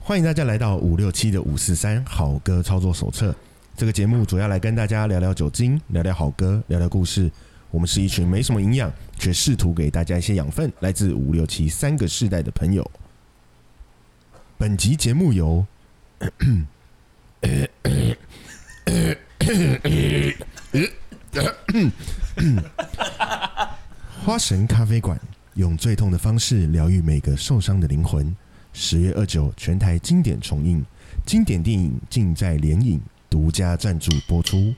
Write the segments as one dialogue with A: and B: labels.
A: 欢迎大家来到五六七的五四三好歌操作手册。这个节目主要来跟大家聊聊酒精，聊聊好歌，聊聊故事。我们是一群没什么营养，却试图给大家一些养分，来自五六七三个世代的朋友。本集节目由 花神咖啡馆用最痛的方式疗愈每个受伤的灵魂。十月二九全台经典重映，经典电影尽在联影独家赞助播出。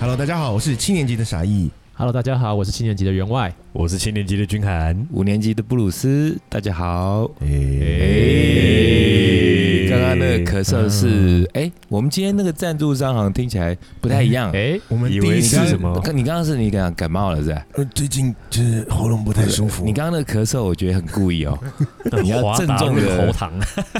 A: Hello，大家好，我是七年级的傻义。
B: Hello，大家好，我是七年级的员外。
C: 我是七年级的君涵，
D: 五年级的布鲁斯，大家好。哎
C: 诶
D: 刚刚那个咳嗽是，哎、我们今天那个赞助商好像听起来不太一样。
B: 哎、
A: 我们
C: 以
A: 第一
C: 为
A: 次
C: 是什么
D: 我？看你刚刚是你感感冒了是吧？
A: 呃，最近就是喉咙不太舒服。
D: 你刚刚那个咳嗽，我觉得很故意哦。你要
C: 华
D: 郑
C: 达
D: 重
C: 入
D: 的
C: 喉糖，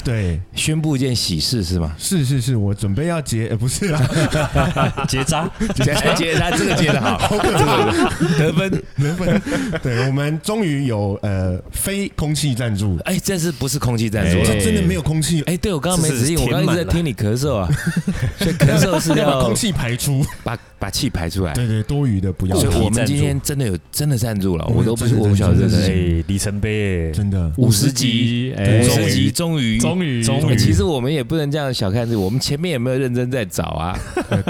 A: 对，？
D: 宣布一件喜事是吗
A: 是是是，我准备要结，呃、不是 啦，
C: 结 扎，
D: 接接他这个接 的好，这个得分。
A: 原本对我们终于有呃非空气赞助，
D: 哎、这是不是空气赞助
C: 哎
A: 我
D: 了？
A: 是真的没有空气，
D: 哎、对我刚刚没
C: 这是
D: 仔细，我刚刚一
C: 填满
D: 直在
C: 了
D: 听你咳嗽啊， 所以咳嗽是
A: 要把
D: 要
A: 空气排出，
D: 把把气排出来。
A: 对对，多余的不要，
D: 所哎以我们
C: 赞助
D: 今天真的有真的赞助了，
A: 我们
D: 我都不
A: 真的
D: 我不晓得这
A: 赞
D: 是
A: 助
D: 谁。
C: 哎，里程碑，
A: 真的
D: 五十集，
B: 哎
D: 五十集终于
B: 终于
C: 终
D: 哎
C: 于
D: 其实我们也不能这样小看这个，我们前面也没有认真在找 啊，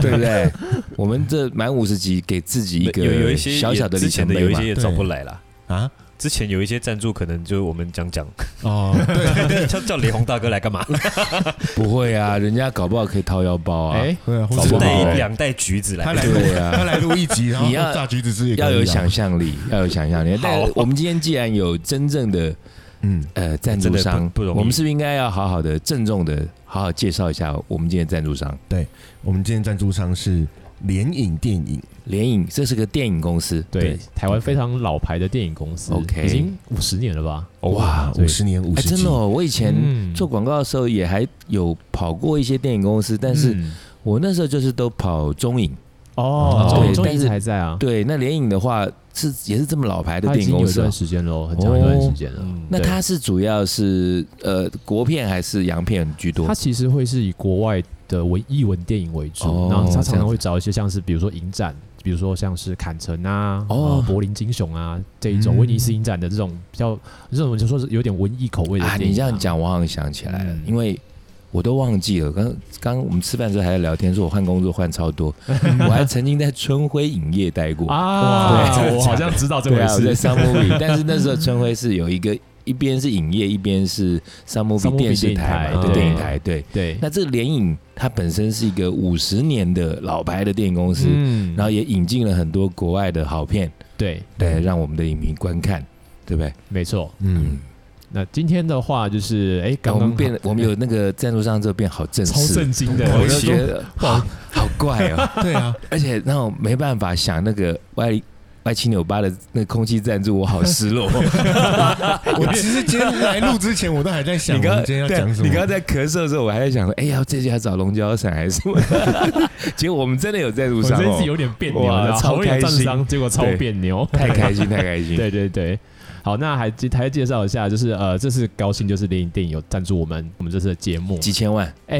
D: 对不对？我们这满五十集，给自己一
C: 有有
D: 个
C: 一些
D: 小小的
C: 之
D: 里
C: 前
D: 程
C: 的
D: 碑
C: 有一
D: 嘛
C: 些。也
A: 对
C: 找不来啦。
A: 啊
C: 之前有一些赞助，可能就我们讲讲，
A: 哦，
C: 叫叫雷洪大哥来干嘛？
D: 不会啊，人家搞不好可以掏腰包啊。
B: 哎
A: 对啊，或
D: 搞
A: 者
D: 不好
C: 带
D: 哎
C: 两袋橘子
A: 他
C: 来，
A: 来录
D: 对啊
A: 他来录一集，然后
D: 你要
A: 榨橘子汁也可以啊
D: 要有想，象力，要有想象力。但
C: 好
D: 我们今天既然有真正的
A: 嗯，
D: 呃赞助
C: 真的
D: 商
C: 不不容易
D: 我们是不是应该要好好的、郑重的、好好介绍一下我们今天的赞助商
A: 我们今天赞助商是联影电影，
D: 联影？这是个电影公司，
B: 对，台湾
A: OK
B: 非常老牌的电影公司
D: OK
B: 已经五十年了吧？
D: 哇
B: 对
A: 五十年五
D: 哎，
A: 十集，
D: 真的哦，我以前
B: 嗯
D: 做广告的时候也还有跑过一些电影公司，但是
B: 嗯
D: 我那时候就是都跑中影。
B: 哦，
D: 对
B: 中中
D: 但
B: 影
D: 是
B: 还在啊，
D: 对，那联影的话是也是这么老牌的
B: 它已
D: 电影
B: 经有
D: 公
B: 一
D: 司哦哦
B: 段。时间喽，很长一段时间了。
C: 嗯
D: 那
B: 对
D: 它是主要是呃国片还是洋片居多
B: 它？其实会是以国外的文艺文电影为主，
D: 哦
B: 然后它常
D: 这样
B: 常
D: 子
B: 会找一些像是比如说影展，比如说像是坎城啊、
D: 哦
B: 呃柏林金熊啊这一种
A: 嗯
B: 威尼斯影展的这种比较，这种就说是有点文艺口味的
D: 啊，
B: 电影。
D: 你这样，讲，我好像想起来了，
B: 嗯
D: 因为我都忘记了。刚刚我们吃饭的时候还在聊天，说我换工作换 超多，我还曾经在春晖影业待过
B: 啊，
D: 对
B: 我好像知道这
D: 对
B: 回
D: 啊，我在
B: 事。
D: Sun Movie，但是那时候春晖是有一个一边是影业，一边是 Sun
B: Sun
D: Movie
B: Movie
D: 电视台嘛，
C: 电影台
D: 对电影
B: 对
D: 台对。
B: 对，
D: 那这个联影它本身是一个五十年的老牌的电影公司，
B: 嗯
D: 然后也引进了很多国外的好片，
B: 对，
D: 对，让我们的影迷观看，对不对？
B: 没错。
A: 嗯，
B: 那今天的话就是，哎，
D: 那
B: 刚
D: 我
B: 刚
D: 们变，我们有那个赞助商之后变好 正
B: 超
D: 式，
B: 震惊的，
D: 我
B: 我
D: 就
B: 就
D: 觉
B: 觉得
D: 得哦好好怪 哦，
A: 对 啊，
D: 而且让我没办法想那个歪歪七扭八的那个空气赞助，我好失落。
A: 我其实今天来录之前，我都还在想，
D: 你
A: 我
D: 刚
A: 们今天要讲什
D: 对啊你刚
A: 么
D: 刚。在咳嗽的时候，我还在想说，哎呀，这集要找龙角散还是什么？结果我们真的有在路
B: 我
D: 上
B: 真
D: 哦
B: 是，有点别扭，你
D: 哇
B: 知道吗
D: 超
B: 好有
D: 开
B: 赞
D: 心
B: 伤，结果超
D: 对
B: 别扭，
D: 太开心，太开 心。
B: 对对对，好，那还介还介绍一下，就是呃，这次高兴就是电影电影有赞助我们我们这次的节目，
D: 几千万，
B: 哎，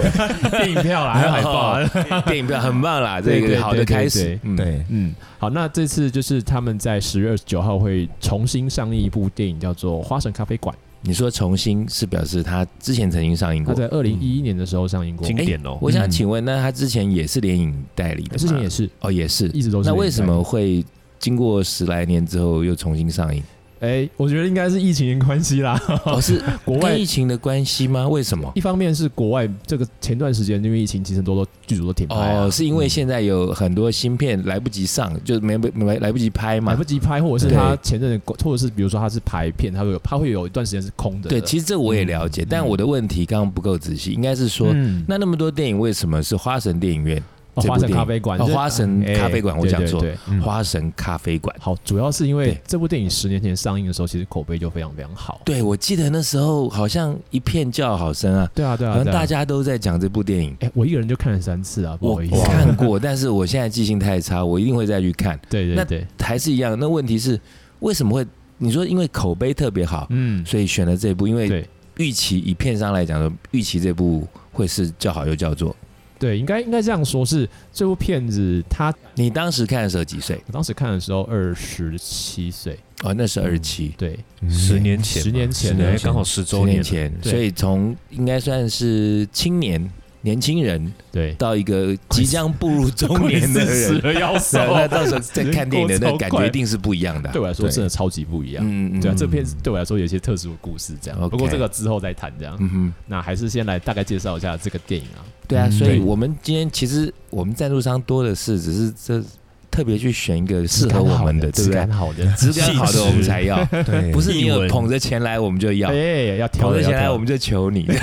B: 电影票啦，还有 海报啊，
D: 电影票很棒啦，这
B: 对
D: 个
B: 对
D: 好的
B: 对对
D: 开始
B: 对。
D: 嗯，
A: 对，
B: 嗯，好，那这次就是他们在十月二十九号会重新上映一部电影，叫做《花神咖啡馆
D: 你说重新是表示他之前曾经上映》，
B: 它
D: 过。嗯
B: 在二零一一年的时候上映过，
C: 经
B: 哎
C: 典哦，
D: 我想请问，那他之前也是联影代理的吗？
B: 之哎前也是
D: 哦，也是。
B: 一直都是。
D: 那为什么？会经过十来年之后又重 新上映？
B: 哎，我觉得应该是疫情的关系啦，
D: 哦，是
B: 国外
D: 跟疫情的关系吗？为什么？
B: 一方面是国外这个前段时间因为疫情，其实很多都剧组都停拍啊
D: 哦，是因为现在有很多芯片来不及上，就没没没来不及拍
B: 来
D: 嘛
B: 不。及拍，或者是他前阵子，或者是比如说他是排片，他会有他会有一段时间是空的。
D: 对，其实这我也了解，但我的问题刚刚不够仔细，应该是说，
B: 嗯
D: 那那么多电影为什么是花神电影院？
B: 哦
D: 这部
B: 花神
D: 电影
B: 咖啡馆
D: 哦，
B: 这
D: 花神
B: 哎
D: 咖啡馆，我
B: 对
D: 讲
B: 对
D: 错
B: 对，
A: 嗯
D: 花神咖啡馆。
B: 好，主要是因为
D: 对
B: 这部电影十年前上映的时候，其实口碑就非常非常好。
D: 对，我记得那时候好像一片叫好声啊，
B: 对啊，对
D: 好
B: 啊，
D: 像
B: 对
D: 大
B: 啊。
D: 家都在讲这部电影。
B: 哎，我一个人就看了三次啊，不
D: 我
B: 好意思。
D: 看 过，但是我现在记性太差，我一定会再去看。
B: 对对
D: 那
B: 对，
D: 还是一样，那问题是为什么会？你说因为口碑特别好，
B: 嗯，
D: 所以选了这部，因为
B: 对
D: 预期以片商来讲的，预期这部会是叫好又叫座。
B: 对，应该应该这样说是，这部片子它
D: 你当时看的时候几岁？
B: 我当时看的时候二十七岁，
D: 哦，那是二七，
B: 对，
A: 嗯
C: 十年前嘛，
B: 十年前
C: 十
B: 的
C: 哎刚好十
D: 十
C: 周
D: 年
C: 年，
D: 前，
B: 对
D: 所以从应该算是青年年轻人
B: 对，
D: 到一个即将 步入中年的人，
B: 了要死
D: 对啊那到时候在看电影的那感觉一定是不一样的啊。
B: 对我来说真的超级不一样。
D: 嗯，嗯嗯
B: 对啊，这片子对我来说有一些特殊的故事，这样。
D: OK
B: 不过这个之后再谈，这样。
D: 嗯哼。
B: 那还是先来大概介绍一下这个电影啊。
D: 对啊，
A: 嗯
D: 所以
A: 对
D: 我们今天其实我们赞助商多的是，只是这特别去选一个适合我们的，对
B: 质
D: 不对
B: 感？好的，啊
D: 质感好
C: 气
D: 的
C: 质
D: 我们才要，
A: 对，
D: 不是你
C: 译
D: 有
C: 文
D: 捧着钱来我们就要
B: 哎，，要挑
D: 捧
B: 的要
D: 着钱来
B: 挑
D: 我们就求你。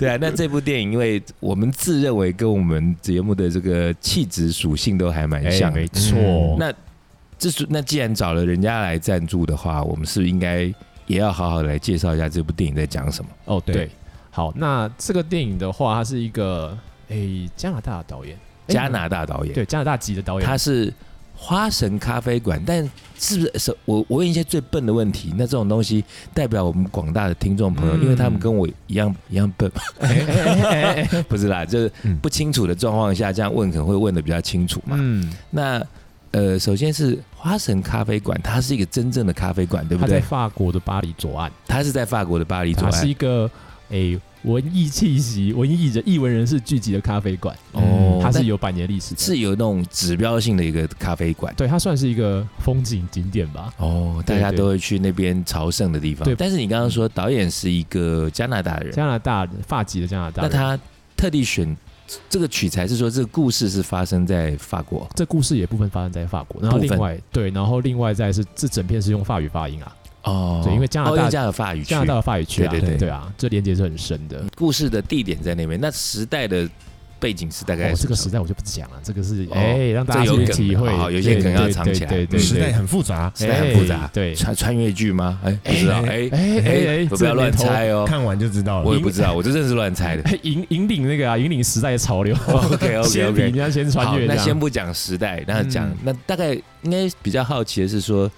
D: 对啊，那这部电影，因为我们自认为跟我们节目的这个气质属性都还蛮
B: 哎，
D: 像。
B: 没错。
A: 嗯
D: 那这是那既然找了人家来赞助的话，我们是不是应该也要好好地来介绍一下这部电影在讲什么？
B: 哦，
A: 对
B: 对，好，那这个电影的话，它是一个诶加拿大的导演，诶
D: 加拿大导演。
B: 哎对加拿大籍的导演，
D: 它是花神咖啡馆，但是不是是？呃我我问一些最笨的问题。那这种东西代表我们广大的听众朋友，
B: 嗯
D: 因为他们跟我一样一样笨，
B: 哎哎哎哎哎哎
D: 不是啦，就是
A: 嗯
D: 不清楚的状况下，这样问可能会问的比较清 楚嘛。
B: 嗯，
D: 那呃，首先是花神咖啡馆，它是一个真正的咖啡馆，对不
B: 他在
D: 对？
B: 法国的巴黎左岸，
D: 它是在法国的巴黎左
B: 它是
D: 岸。
B: 一个诶文艺气息、文艺人、艺文人士聚集的咖啡馆，
A: 哦
B: 它
D: 那
B: 是有百年历史的，
D: 是有那种指标性的一个咖啡馆。
B: 对，它算是一个风景景点吧。
D: 哦，大
B: 对
D: 家
B: 对
D: 都会去那边朝圣的地方
B: 对。
D: 但是你刚刚说导演是一个加拿大人，
B: 加拿大人发籍的加拿大
D: 那
B: 人，
D: 他特地选这个取材是说，这个故事是发生在法国
B: 这故事也部分发生在法国，然后
D: 部分
B: 另外对，然后另外再是这整片是用法语发音啊，
D: 哦
B: 对因为加拿大
D: 哦因为加有法语区
B: 加拿，大的法语区啊，
D: 对对对嗯
B: 对啊，这连接是很深的。
D: 故事的地点在那边，那时代的背景是大概
B: 哦，
D: 是
B: 这个时
D: 代
B: 代我就不讲了，这个是
D: 哦
B: 哎，让大家
D: 这有
B: 去
D: 梗
B: 体会
D: 的，哦有些
B: 对
D: 梗要
B: 对
D: 藏
B: 对
D: 起来
B: 对对，
D: 嗯
A: 时
B: 对
A: 代很复杂，
D: 时代很复杂，
B: 对
D: 穿穿越剧吗？哎，不知道，哎
A: 哎
B: 哎哎哎，
D: 不要乱猜哦，
A: 看完就知道
D: 我
A: 了。
D: 也不知道，我这真是乱 猜的。
B: 这年头， 引引领那个啊，引领时代的潮 流。
D: OK OK
B: 先比
D: OK，
B: 人家先穿
D: 好，
B: 越这
D: 那
B: 样，
D: 先不讲时代，那讲、
B: 嗯
D: 那大概应该比较好奇的是说，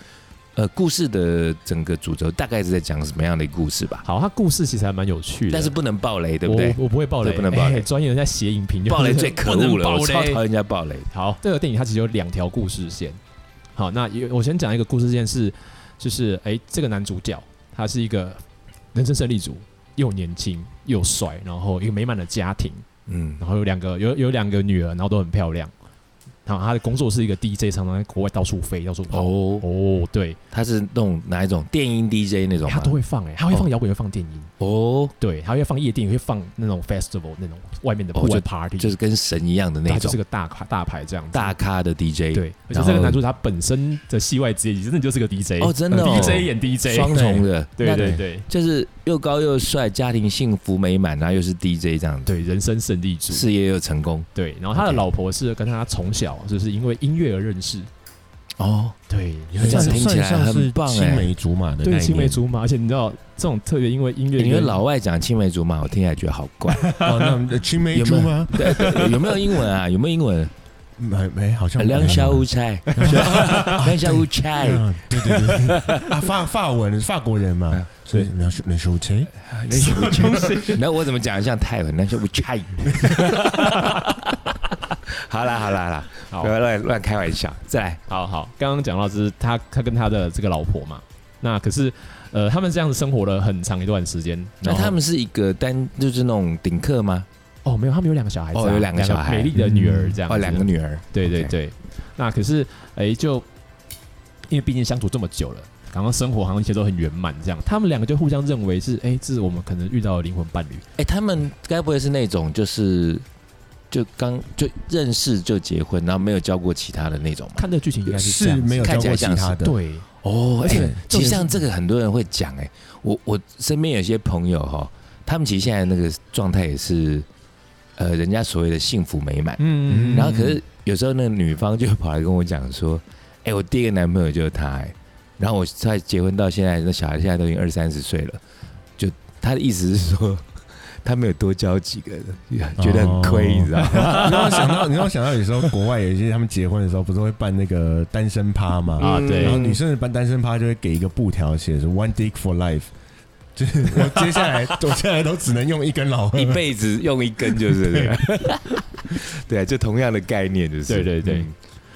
D: 呃，故事的整个主轴大概是在讲什么样的故事吧？
B: 好，它故事其实还蛮有趣的，
D: 但是不能爆雷，对不对？
B: 我我不会爆雷，
D: 这不能爆雷
B: 哎专业人在写影评就
D: 暴雷最可恶
B: 不能
D: 了，
B: 爆
D: 我超讨
B: 雷
D: 厌人家暴雷。
B: 好，这个电影它其实有两条故事线。好，那有我先讲一个故事线是，就是哎、这个男主角他是一个人生胜利组，又年轻又帅，然后一个美满的家庭，
D: 嗯，
B: 然后有两个有有两个女儿，然后都很漂亮。然后他的工作是一个 DJ，常常在国外到处飞，到处跑。哦
D: 哦，
B: 对，
D: 他是弄哪一种电音 DJ 那种
B: 他
D: 吗？
B: 都会放哎、他会放摇滚，也会放电音，
D: 哦，
B: 对，他会放夜店，也会放那种 festival 那种外面的
D: 哦
B: 户
D: 就
B: 外 party，、
D: 就是跟神一样的那
B: 他就
D: 种
B: 是个大咖大牌这样子。
D: 大咖的 DJ，
B: 对，而且
D: 然
B: 这个
D: 后
B: 男主角他本身的戏外职业真的就是个 DJ
D: 哦真的哦
B: DJ 演 DJ，
D: 双重的，
B: 对
D: 那
B: 对对
D: 就是又高又帅，家庭幸福美满，然后又是 DJ 这样子，
B: 对，人生胜利组
D: 事业又成功。
B: 对，然后他的
D: OK
B: 老婆是跟他从小就是因为音乐而认识，
D: 哦，
B: 对，
D: 这样听起来
A: 算像是
D: 很棒哎
A: 青梅竹马的概
B: 对
A: 念，
B: 青梅竹马，而且你知道这种特别因为音乐
D: 欸你
B: 跟
D: 们老外讲青梅竹马，我听起来觉得好 怪。
A: 哦，那青梅
D: 有没
A: 竹
D: 有
A: 马，
D: 对对有没有英文啊？有没有英文？
A: 没没好像
D: 两小无 猜，两小无猜，
A: 嗯对对对对 啊，法法文法国人嘛
D: 嗯，
A: 所以能能收钱，
D: 两小无猜。那我怎么讲得像泰文？两小无 猜。好啦好啦好啦，
B: 好
D: 不要乱乱开玩笑。再来，
B: 好好，刚刚讲到就是他他跟他的这个老婆嘛，那可是呃他们这样子生活了很长一段时间，
D: 那
B: 然后
D: 他们是一个单，就是那种顶客吗？
B: 哦没有他们有两个小孩子啊、
D: 哦有两个小孩
B: 美丽的女儿这样子，
D: 哦，两个女儿。
B: 对对
D: OK
B: 对，那可是哎、就因为毕竟相处这么久了，然后生活好像一切都很圆满，这样他们两个就互相认为是哎、这是我们可能遇到的灵魂伴侣。
D: 哎，他们该不会是那种就是就刚就认识就结婚，然后没有交过其他的那种吗？
B: 看这个剧情应该是这
A: 是
B: 样子，
A: 没有
D: 看
A: 教
D: 起来
A: 过其
D: 像
A: 他
D: 是
A: 的，
B: 对，
D: 哦，而
A: 而且
D: 且
B: 重
D: 其
B: 点
D: 实
B: 是
D: 像这个很多人会讲，哎，我我身边有些朋友哈，他们其实现在那个状态也是呃人家所谓的幸福美满。
B: 嗯
D: 然后可是有时候那个女方就跑来跟我讲说：“哎、我第一个男朋友就是他、哎，然后我在结婚到现在，那小孩现在都已经二三十岁了，就他的意思是说。 他没有多交几个，觉得很亏，
A: 哦
D: 你知 道吗？
A: 你让我想到，你让我想到有时候国外有一些他们结婚的时候，不是会办那个单身趴嘛？
B: 啊
D: 嗯
B: 对
A: 然后女生的办单身趴就会给一个布条，写着 “One Dick for Life”，就是 我接下来我接下来都只能用一根老二
D: 一辈子用一根就是这样， 对啊，就同样的概念就是，
B: 对对对
D: 嗯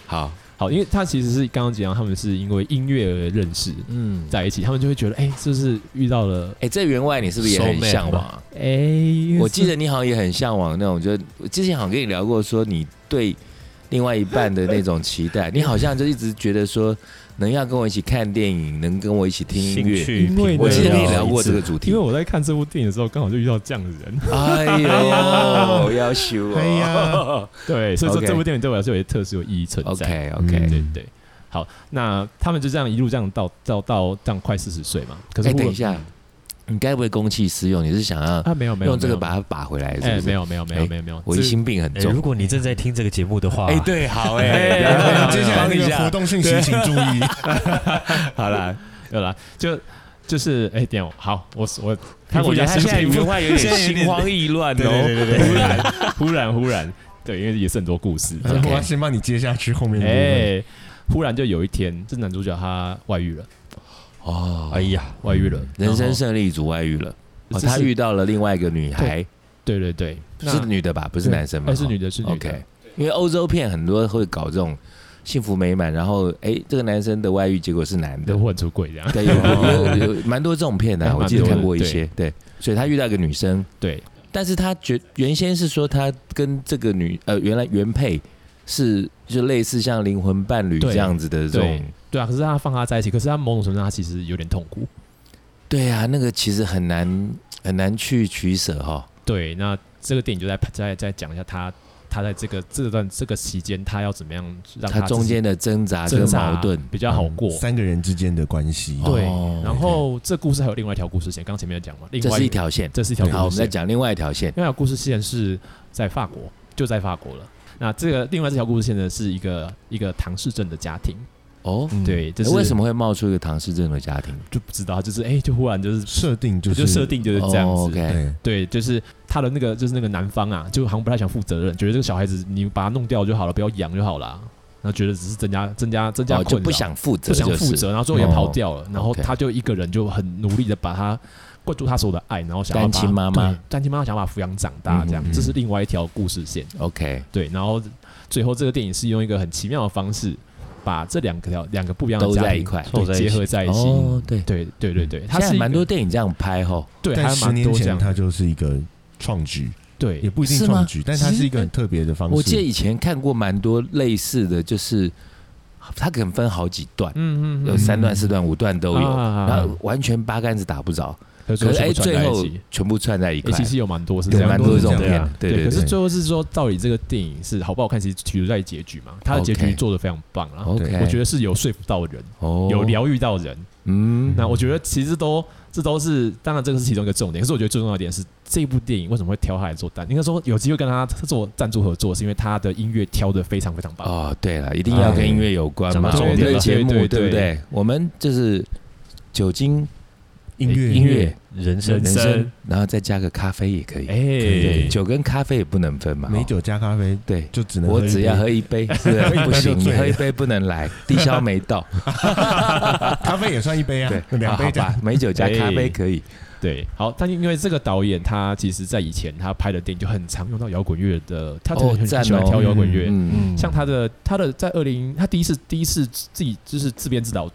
D: 好，
B: 好，因为他其实是刚刚讲他们是因为音乐而认识
C: 嗯，
B: 在一起，他们就会觉得哎，这是遇到了
D: 哎、这员外你是不是也很
C: Soulmate
D: 向往啊？
B: 哎，因为
D: 我记
B: 是
D: 得你好像也很向往那种，就是我之前好像跟你聊过，说你对另外一半的那种期待，你好像就一直觉得说能要跟我一起看电影，能跟我一起听音
C: 兴
D: 乐。
C: 趣
B: 因为
C: 品味
D: 我记得跟你聊过
C: 一致
D: 这个主题
B: 啊因为，我在看这部电影的时候，刚好就遇到这样的人，
D: 哎 呦，要修
A: 哎呀
D: 哦。
B: 对，所以说
D: OK
B: 这部电影对我来说有些特殊的意义存在。
D: OK 嗯
B: 对
D: OK，
B: 对对，好，那他们就这样一路这样到到到这样快四十岁嘛，可是
D: 哎，
B: 我嗯
D: 等一下，你该不会公器私用？你是想要
B: 啊，没有没有
D: 用这个
B: 没有
D: 把它把回来？是
B: 哎
D: 不，是
B: 没，有没有没有没有没有，
D: 我疑
B: 这
D: 心病很
C: 哎
D: 重
C: 如。果你正在听这个节目的话，
D: 哎，对，好
B: 哎
D: 哎，
B: 哎
A: 接下来那个活动讯息请注意。
D: 好啦，
B: 有啦，就就是哎，点好，我我
D: 他我觉得他现在
B: 忽
D: 原话有
B: 现
D: 点
B: 在有点
D: 心慌意乱哦，
A: 对对对对 对
B: 然忽然忽然，对，因为也是很多故事，这
A: 然
B: 样
A: 后我要先帮你接下去后面的部分。
B: 哎，忽然就有一天，这男主角他外遇了，
D: 哦，嗯
C: 哎呀，
B: 外遇了，
D: 人
B: 然
D: 生
B: 后
D: 胜利组外遇了，
B: 这
D: 哦，
B: 是
D: 他遇到了另外一个女孩，
B: 对对对，
D: 是女的吧？不是男生吧？
B: 哎是女的，是
D: 哦
B: 女的
D: OK，，因为欧洲片很多会搞这种幸福美满，然后哎，这个男生的外遇结果是男的
B: 都，混出轨这样，
D: 对，有有有有蛮多这种片的啊，
B: 哎
D: 我记得
B: 蛮多的
D: 看过一些，对，所以他遇到一个女生，
B: 对，
D: 但是他觉原先是说他跟这个女呃原来原配是就类似像灵魂伴侣
B: 对
D: 这样子的这
B: 对
D: 种。
B: 对啊，可是他放他在一起，可是他某种程度上他其实有点痛苦。
D: 对啊，那个其实很难很难去取舍哈。
B: 对，那这个电影就在在在讲一下他他在这个这段这个期间，他要怎么样让
D: 他
B: 自己
D: 中间的挣扎
B: 挣
D: 跟
B: 扎
D: 矛盾嗯
B: 比较好过。
A: 三个人之间的关系，
B: 对
D: 哦
B: 然后这故事还有另外一条故事线，刚前面有讲嘛，另
D: 这
B: 外
D: 是一，条线。
B: 这是一条故事线。
D: 好，我们再讲另外一条线。
B: 另外一条故事线是在法国，就在法国了。那这个另外这条故事线呢，是一个一个唐氏症的家庭，
D: 哦，
B: 对，这
D: 诶
B: 是
D: 为什么会冒出一个唐氏症的家庭？
B: 就不知道，就是哎、就忽然就是
A: 设定就是
B: 就设定就是这样子，
D: 哦 OK，
A: 对，
B: 对，就是他的那个就是那个男方啊，就好像不太想负责任，觉得这个小孩子你把他弄掉就好了，不要养就好了，啊然后觉得只是增加增加增加
D: 哦，就
B: 困扰，
D: 不想负责，
B: 不想负
D: 就是，
B: 责，然后最后也
D: 哦
B: 跑掉了，然后
D: OK
B: 他就一个人就很努力的把他灌注他所有的爱，然后想要
D: 单
B: 把
D: 亲妈妈
B: 对单亲妈妈想要把他抚养长大，这样、
A: 嗯嗯
B: 这是另外一条故事线，
D: OK，
B: 对，然后最后这个电影是用一个很奇妙的方式把这两个条两个不一样的
D: 都
B: 家
D: 在
B: 庭
D: 一块
B: 对
C: 凑在一
B: 结
C: 起
B: 合在一起，
D: 哦，对，
B: 对对对对，它
D: 现在
B: 是一
D: 蛮
B: 个
D: 多电影这样拍吼。
B: 对，还
A: 但
B: 蛮
A: 十年
B: 多这
A: 前
B: 样哎
A: 它就是一个创举，
B: 对
A: 也不一定
D: 是吗
A: 创举，但它是一个很特别的方式。
D: 我记得以前看过蛮多类似的，就是它可能分好几段，
B: 嗯嗯
D: 有三段、四段、五段都有，
B: 啊
D: 然后完全八竿子打不着，
B: 可
D: 可是哎，
B: 哎，
D: 最后
B: 诶
D: 全部串在一块
B: 哎其，实有蛮多是这
D: 有
B: 样
D: 蛮多
B: 都
D: 这种
B: 是
A: 这
D: 片
A: 样
D: 的，对
B: 对
D: 对
B: 可是
D: 对。
B: 最后是说，到底这个电影是好不好看，其实取决在于结局嘛。它的结局
D: OK
B: 做的非常棒啦，
D: OK，
B: 我觉得是有说服到人，
D: 哦
B: 有，疗愈到人。
D: 嗯
B: 那我觉得其实都这都是，当然这个是其中一个重点，可是我觉得最重要的点是，这部电影为什么会挑他来做单？应该说有机会跟他做赞助合作，是因为他的音乐挑的非常非常棒。
D: 哦，对了，一定要跟音乐有关嘛，
C: 哎
D: 我们
C: 对
D: 的
C: 对
D: 节目
B: 对对
D: 对不对？我们就是酒精
A: 音乐
D: 音乐
C: 人生
B: 人生
D: 生，然后再加个咖啡也可以。
B: 哎
D: 对，，酒跟咖啡也不能分嘛。
A: 美
D: 哦
A: 酒加咖啡
D: 对，
A: 就只能
D: 我
A: 一
D: 只要
A: 杯
D: 喝一 杯，是的不行，你喝一杯不能来，低消没到。
A: 咖啡也算一杯啊
D: 对，，
A: 两杯
D: 啊好
A: 加
D: 吧，美酒加咖
B: 哎
D: 啡可以。
B: 对，好，但因为这个导演他其实在以前他拍的电影就很常用到摇滚乐的，他
D: 哦
B: 很很
D: 赞
B: 喜欢
D: 哦
B: 挑摇滚乐，
D: 嗯，
B: 像他的他的在二零他第一次第一次自己就是自编自导。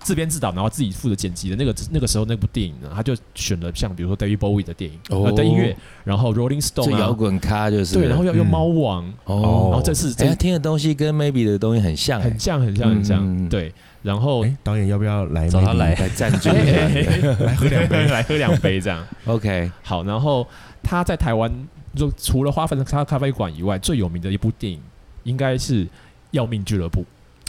B: 自编自导，然后自己负责剪辑的那个那个时候那部电影呢，他就选了像比如说 David Bowie 的电影、
D: 哦
B: 呃的音乐，然后 Rolling
D: 这
B: Stone
D: 摇
B: 啊，
D: 滚咖就是
B: 对，然后要用
A: 嗯
B: 猫王，
D: 哦
B: 然后这次
D: 哎，
B: 这
D: 他听的东西跟 Maybe 的东西很像，哎
B: 很像很像很像，
D: 嗯嗯嗯
B: 对，然后
A: 哎，导演要不要来？
C: 找他来
D: 来赞助
B: 哎哎
D: 一下。
B: 哎哎
A: 来喝两杯
B: 来喝两杯这样，
D: OK，
B: 好，然后他在台湾就除了花粉咖咖啡馆以外，最有名的一部电影应该是《要命俱乐部》。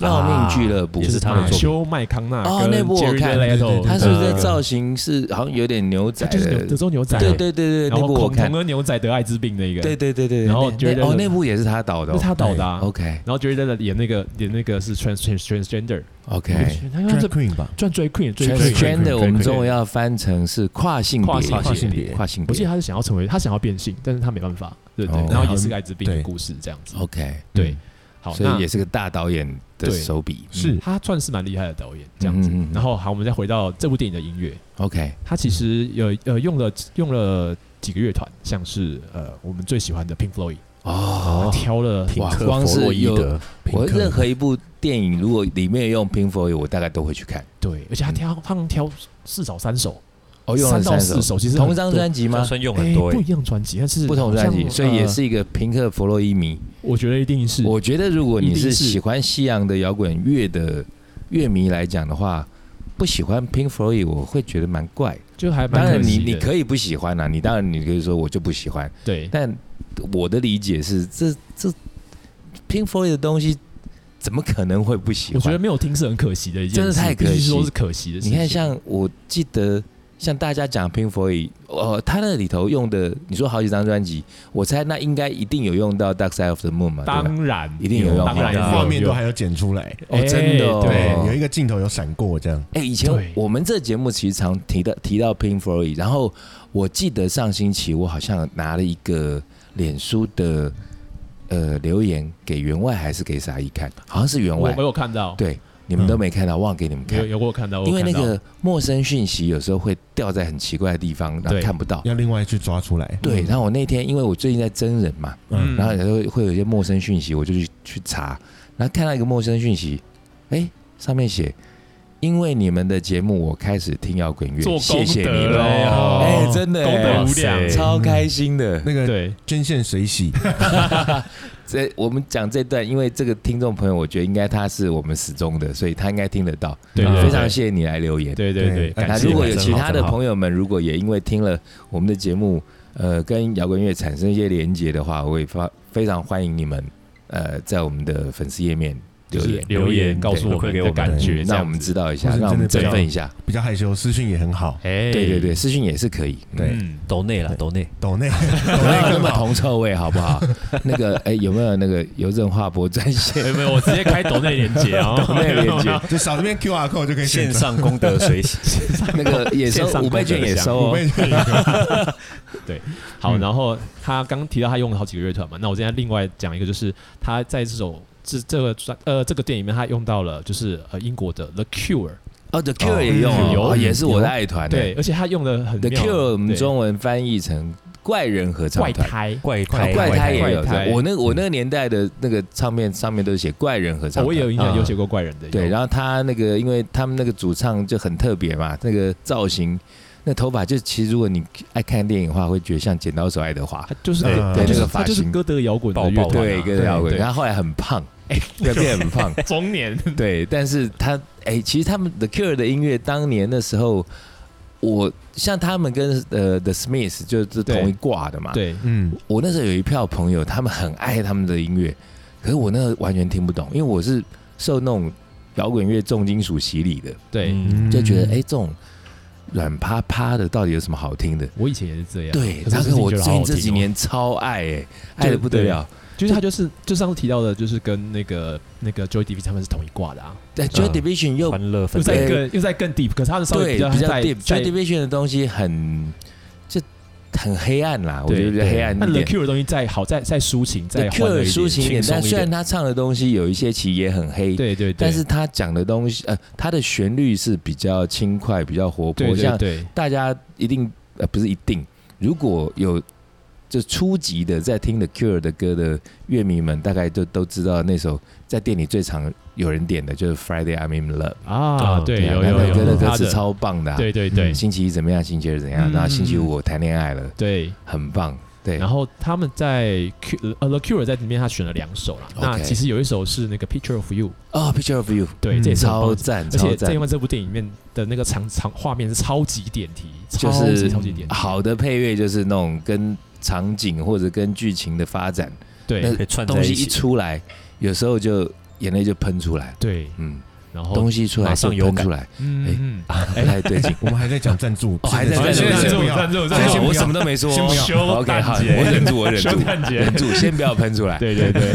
D: 绕命俱乐部
C: 也是他们
B: 马
C: 作品
B: 修麦康纳
D: 哦
B: 跟
D: 那部我
B: Jerry
D: 看
B: Leto，
D: 他
B: 他
D: 是不是在
C: 嗯
D: 造型是好像有点牛仔
B: 就是
D: 的
B: 德，州牛仔，
D: 对对对对，
B: 然
D: 那
B: 后
D: 部我
B: 恐
D: 看
B: 同，跟牛仔得艾滋病的一个，
D: 对对对对，
B: 然后
D: 那
B: 觉得
D: 那哦那部也是他导的
B: 那是
D: 哦
B: 他导的啊。
D: ，OK
B: 然后 Jerry Leto 演那个演那个是 trans trans transgender，
D: OK。
B: 他用
A: Drag
B: 这
A: Queen 吧，
B: 转追 queen 追
A: Trans-
B: queen，
A: 可以可以
D: Transgender 我们
A: 可以
D: 中文要翻成是跨性
B: 跨
D: 别，
B: 性跨性
A: 别
D: 跨性
B: 我记得
D: 别
B: 他是想要成为他想要变性，但是他没办法，对不对
D: 哦？
B: 然后也是个艾滋病的
A: 对
B: 故事这样子。
D: ，OK，嗯
B: 对，好，
D: 哦所
B: 那
D: 以也是个大导演的
B: 对
D: 手笔，嗯
A: 是
B: 他算是蛮厉害的导演这样子
D: 嗯嗯嗯。嗯
B: 然后好，我们再回到这部电影的音乐，
D: OK，
B: 他其实
D: 嗯
B: 有呃用了用了几个乐团，像是呃我们最喜欢的 Pink Floyd，
D: 哦，
B: 挑了
A: 平
D: 哇
A: 克
D: 光是
A: 弗洛伊
D: 有
A: 德，
D: 我
A: 平克
D: 任何一部电影如果里面用 Pink Floyd，我大概都会去看。
B: 对，而且他挑他们挑至少三首，
D: 嗯哦，用了
B: 三到
D: 三
B: 四
D: 首，
B: 首，其实
D: 同
B: 很
D: 一张
B: 多
D: 专辑吗
C: 他？算用
B: 哎
C: 很多
B: 不
C: 欸
B: 一样专辑，但是
D: 不同专辑，
B: 好像
D: 所以也
B: 呃
D: 是一个平克·弗洛伊迷。
B: 我觉得一定是
D: 我觉得如果
B: 一
D: 你
B: 定
D: 是
B: 是
D: 喜欢西洋的摇滚乐的乐迷来讲的话，不喜欢 Pink Floyd，我会觉得蛮怪。
B: 就还蛮
D: 当然
B: 可
D: 你，
B: 惜
D: 你
B: 的
D: 可以不喜欢啦、你当然你可以说我就不喜欢，
B: 对
D: 但我的理解是，这这 Pink Floyd 的东西怎么可能会不喜
B: 我觉
D: 欢
B: 得？没有听是很可惜的一件事，
D: 真的太可惜
B: 必须说是可惜的事
D: 你
B: 情。
D: 看，像我记得，像大家讲 Pink Floyd，呃，他那里头用的，你说好几张专辑，我猜那应该一定有用到《Dark Side of the Moon》嘛，对吧？
B: 当然
D: 一定有用
B: 当然
D: 有
A: 画面都还
B: 有
A: 有剪出来，
D: 哦，真的、哦，
B: 哎
A: 对，有一
D: 一
A: 个镜头有闪过这样，
D: 哎、以前
B: 对
D: 我们这节目其实常提到提到 Pink Floyd，然后我记得上星期我好像拿了一个脸书的呃留言给员外还是给傻一看，好像是员
B: 我
D: 外
B: 我，有看到，
D: 对，你们都没看到，忘了给你们看
B: 哦嗯有。有我有看到，我有
D: 因为那
B: 看到
D: 个陌生讯息有时候会掉在很奇怪的地方，然后
B: 对嗯
D: 看不到。
A: 要另外去抓出来。
D: 对，然后我那天因为我最近在真人嘛，
C: 哎
B: 嗯
D: 然后有时候会有一些陌生讯息，我就去去查，然后看到一个陌生讯息，哎，上面写，因为你们的节目，我开始听摇滚乐，
B: 做
D: 谢
B: 功
D: 谢
B: 德
D: 你
B: 了
D: 们，
B: 呀
D: 哎，真的
B: 功德
D: 哎，
B: 无量嗯
C: 哇，塞
D: 超开心的。
A: 那个
B: 对
A: 捐献水洗，
D: 这我们讲这段，因为这个听众朋友，我觉得应该他是我们始终的，所以他应该听得到。
B: 对
C: 啊
B: 对
D: 非常谢谢你来留言。
B: 对对对，
A: 对
B: 感
D: 那
B: 谢
D: 如果
B: 感
D: 有
B: 谢
D: 其他的
C: 真好
D: 朋友们，如果也因为听了我们的节目，呃，跟摇滚乐产生一些连结的话，我也发非常欢迎你们，呃，在我们的粉丝页面
B: 就
D: 留
B: 是
D: 言。
B: 留言告诉我
C: 回
B: 们
C: 馈给我
B: 的
C: 们
B: 感觉，这
D: 那
B: 样
D: 我们
B: 子
D: 知道一下
A: 或，是
D: 让我们
A: 真的
D: 振
A: 不
D: 奋一下。
A: 比较害羞，私讯也很好，
C: 哎，
D: 对对对，私讯也是可以。
A: 对
B: 嗯
C: 抖内了，抖内，
A: 抖内
D: 嗯，不要那么铜臭味，好不好？ 那个，哎，有没有那个邮政划拨专 线？
B: 没有没有，我直接开抖内连接啊，
D: 抖内连接，
A: 就扫这边 QR code 就可以选
C: 线
A: 择。
C: 上功德水洗，
D: 那个也收
B: 线上
D: 五倍券也收
A: 五
D: 哦。
A: 倍券一个
B: 好，
A: 嗯
B: 然后他刚提到他用了好几个乐团嘛，那我现在另外讲一个，就是他在这首这这个专呃这个电影里面，他用到了就是呃英国的 The Cure，
D: 哦，The Cure 也用哦，
B: 有
D: 哦也是我的爱团。
B: 对，，而且他用的很
D: The
B: 妙
D: Cure 我们
B: 对
D: 中文翻译成怪人合唱
B: 怪
D: 团。
B: 胎，
C: 怪
A: 怪
C: 胎
D: 啊怪胎也有
B: 哎怪胎，嗯
D: 我那我那个年代的那个唱片上面都写怪人合唱团，
B: 哦我也有印象
C: 啊
B: 有写过怪人的，
D: 嗯对，
B: 有
D: 然后他那个因为他们那个主唱就很特别嘛，那个造型，那头发就其实如果你爱看电影的话，会觉得像剪刀手爱德华，
B: 他就是
A: 对
B: 他
A: 对
B: 就
D: 嗯那
B: 是
D: 个
B: 他
D: 发
B: 就是
D: 型
B: 歌德摇滚的
C: 爆
B: 乐
C: 爆
B: 团
D: 对，
B: 啊，
D: 跟摇滚，
B: 对哎
D: 然后后来很胖，对，变很 胖，
B: 中年，
D: 对，但是他哎、其实他们 The Cure 的音乐当年的时候，我像他们跟呃 The Smiths 就是
B: 对
D: 同一挂的嘛，
B: 对，
A: 嗯，
D: 我那时候有一票朋友，他们很爱他们的音乐，可是我那个完全听不懂，因为我是受那种摇滚乐重金属洗礼的，
B: 对
C: 嗯
D: 就觉得哎、诶这种软趴趴的到底有什么好听的？
B: 我以前也是这样，
D: 对，
B: 可
D: 但
B: 是
D: 是我
B: 自己觉得
D: 最
B: 好好
D: 近这
B: 听
D: 几
B: 哦
D: 年超爱哎、爱的不得了。
B: 就是他就是就上次提到的，就是跟那个那个 Joy Division 他们是同一挂的啊，
D: 但 Joy
C: 嗯
D: Division 又
C: 欢乐分
B: 又
D: 在
B: 再
D: 对
B: 更又再更 deep，可是他的稍微
D: 对
B: 比较
D: 比较
B: 在
D: deep，Joy
B: 在
D: Division 的东西很就很黑暗啦，我
B: 对
D: 觉得比较黑暗
B: 那
D: 一
B: The
D: 点。
B: Cure 的东西再好，再再抒情，
D: The
B: 再欢乐
D: Cure
B: 一点
D: 抒情一点，
B: 轻松
D: 但
B: 一
D: 虽然
B: 点
D: 他唱的东西有一些其实也很黑，
B: 对对对，
D: 但是他讲的东西，呃，他的旋律是比较轻快、比较活泼，
B: 对对
D: 像
B: 对，
D: 大家一定呃不是一定，如果有就初级的在听 The Cure 的歌的乐迷们，大概就都知道那首在店里最常有人点的就是 Friday I'm in Love，
B: 啊，
C: 嗯
B: 对，
C: 对啊
B: 有
D: 那
B: 有
D: 首歌
B: 有
D: 的歌
B: 他
D: 词
B: 的，
D: 超棒的、啊，
B: 对对对
D: 嗯星期一怎么样，星期二怎样，
B: 嗯
D: 然后星期五我谈恋爱了，
B: 对。
D: 很棒，对，
B: 然后他们在 Q 呃 The Cure 在里面他选了两首啦，那
D: OK
B: 其实有一首是那个 Picture of You，
D: 哦，Picture of You，
B: 对，
A: 嗯
B: 这也是很棒
D: 超
B: 的
D: 赞，
B: 而
D: 超
B: 且在
D: 赞
B: 因。为这部电影里面的那个场场画面是超级点题，
D: 就
B: 超级
D: 是啊
B: 超级点题，
D: 好的配乐就是那种跟场景或者跟剧情的发展
B: 对
D: 那
C: 可以串在
D: 东西
C: 一
D: 一
C: 起，
D: 出来，有时候就眼泪就喷出来，
B: 对，
D: 嗯，
B: 然后
D: 东西哎出来
C: 马上
D: 就
C: 有
D: 喷
C: 感
D: 出来，
B: 嗯，
D: 不太对劲。
A: 我们还在讲赞助，
D: 哦还在
A: 是的
D: 赞
A: 是
D: 助
A: 的
D: 赞助
A: 不要
B: 赞助
A: 现在
B: 赞
A: 先
B: 助
A: 不要
D: 我什么都没说
A: 先不要
B: 修
D: ，OK，好，
B: 蛋
D: 我
B: 姐
D: 忍住，我忍
B: 圣
D: 住，
B: 诞节，
D: 忍住，先不要喷出来。
B: 对对 对，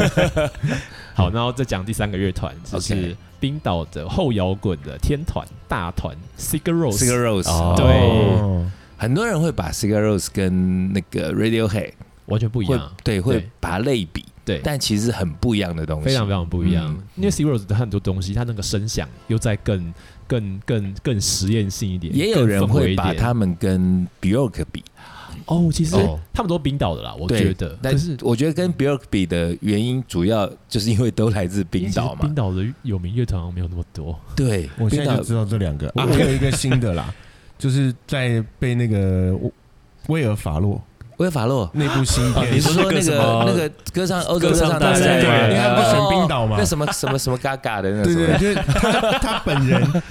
B: 好，然后再讲第三个乐团，就是
D: OK
B: 冰岛的后摇滚的天团大团 Sigur
D: c i g a
B: Rós，
D: r o s
C: 哦
D: e
B: 对
A: 哦
D: 很多人会把 c i g a r o s e 跟那个 Radiohead
B: 完全不一
D: 会
B: 样，
D: 对会
B: 对
D: 把它类比，
B: 对，
D: 但其实很不一样的东西，
B: 非常非常不一样
D: 嗯。
B: 因为 Sigur Rós 它很多东西，它那个声响又在更更更更实验性一点，
D: 也有人
B: 更氛围
D: 会
B: 一
D: 把
B: 点
D: 他们跟 Bjork 比，
B: 哦，其实
D: 哦
B: 他们都冰岛的啦，我
D: 对
B: 觉得，
D: 但
B: 可是
D: 我觉得跟 Bjork 比的原因，主要就是因为都来自
B: 因为
D: 冰岛
B: 其实
D: 嘛
B: 冰。岛的有名乐团好像没有那么 多，
D: 对，
A: 我
D: 冰
A: 现在
D: 岛
A: 就知道这两个，我
D: 啊
A: 有一个新的啦，就是在被那个威尔法洛
D: 威法洛。
A: 那部新
D: 啊，
A: 片，
D: 你是说那
C: 是个
D: 个
C: 什么
D: 那个歌唱欧洲
C: 歌
D: 歌
C: 唱
D: 唱
C: 大
D: 大
A: 赛
D: 赛
A: 对
D: 嘛？
A: 因为他不选冰岛嘛
D: 哦那什么什么什么嘎嘎的那
A: 对
D: 种
A: 对，
D: 什么
A: 对，就是他他本人。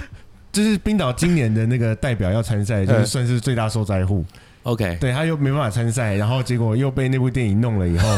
A: 就是冰岛今年的那个代表要参赛，就是
D: 嗯
A: 算是最大受灾户。
D: ，OK，
A: 对他又没办法参赛，然后结果又被那部电影弄了以后，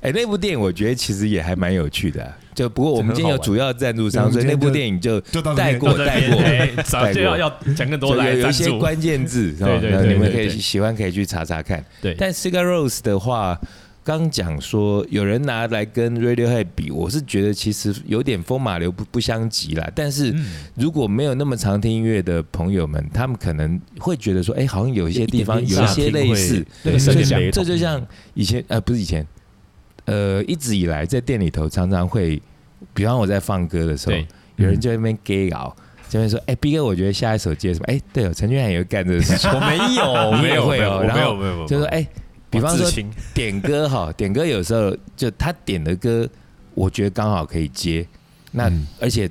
D: 哎，那部电影我觉得其实也还蛮有趣的啊，就不过我们今天有主要赞助
A: 我
D: 商，
A: 们
D: 所
A: 今
D: 以那
A: 天
D: 部
A: 就
D: 电影就
A: 就到这
D: 带
A: 边
D: 过 带过，
C: 哎，咱
D: 带
C: 就
D: 过
C: 要要讲更多
D: 就
C: 来
D: 有有
C: 赞
D: 一些
C: 助，
D: 关键字，是吧
B: 对对对
D: 你们
B: 对
D: 可以
B: 对
D: 喜欢可以去查查看。
B: 对，
D: 但 Cigar Rose 的话，刚讲说有人拿来跟 Radiohead 比，我是觉得其实有点风马牛不不相及啦。但是
B: 嗯
D: 如果没有那么常听音乐的朋友们，他们可能会觉得说，哎、好像有一些地方
C: 一
D: 有
C: 点点
D: 一些类似，
B: 那个
D: 这
B: 声
D: 就
B: 响
D: 像这就像以前呃不是以前，呃一直以来在店里头常常会，比方我在放歌的时候
B: 对，
D: 有人就在那边 gay 搞。这边说，哎、b 哥，我觉得下一首接什么？哎、对哦，陈俊翰也会干这个事情。
C: 我没有，
D: 你也
C: 没有，
D: 会
C: 没
D: 哦
C: 有，我
D: 然
C: 没
D: 后
C: 有，没有，没有
D: 就
C: 没有
D: 说，哎、比方
C: 我
D: 说
C: 自清
D: 点 歌哈，点歌有时候就他点的歌，我觉得刚好可以接。那、
A: 嗯
D: 而且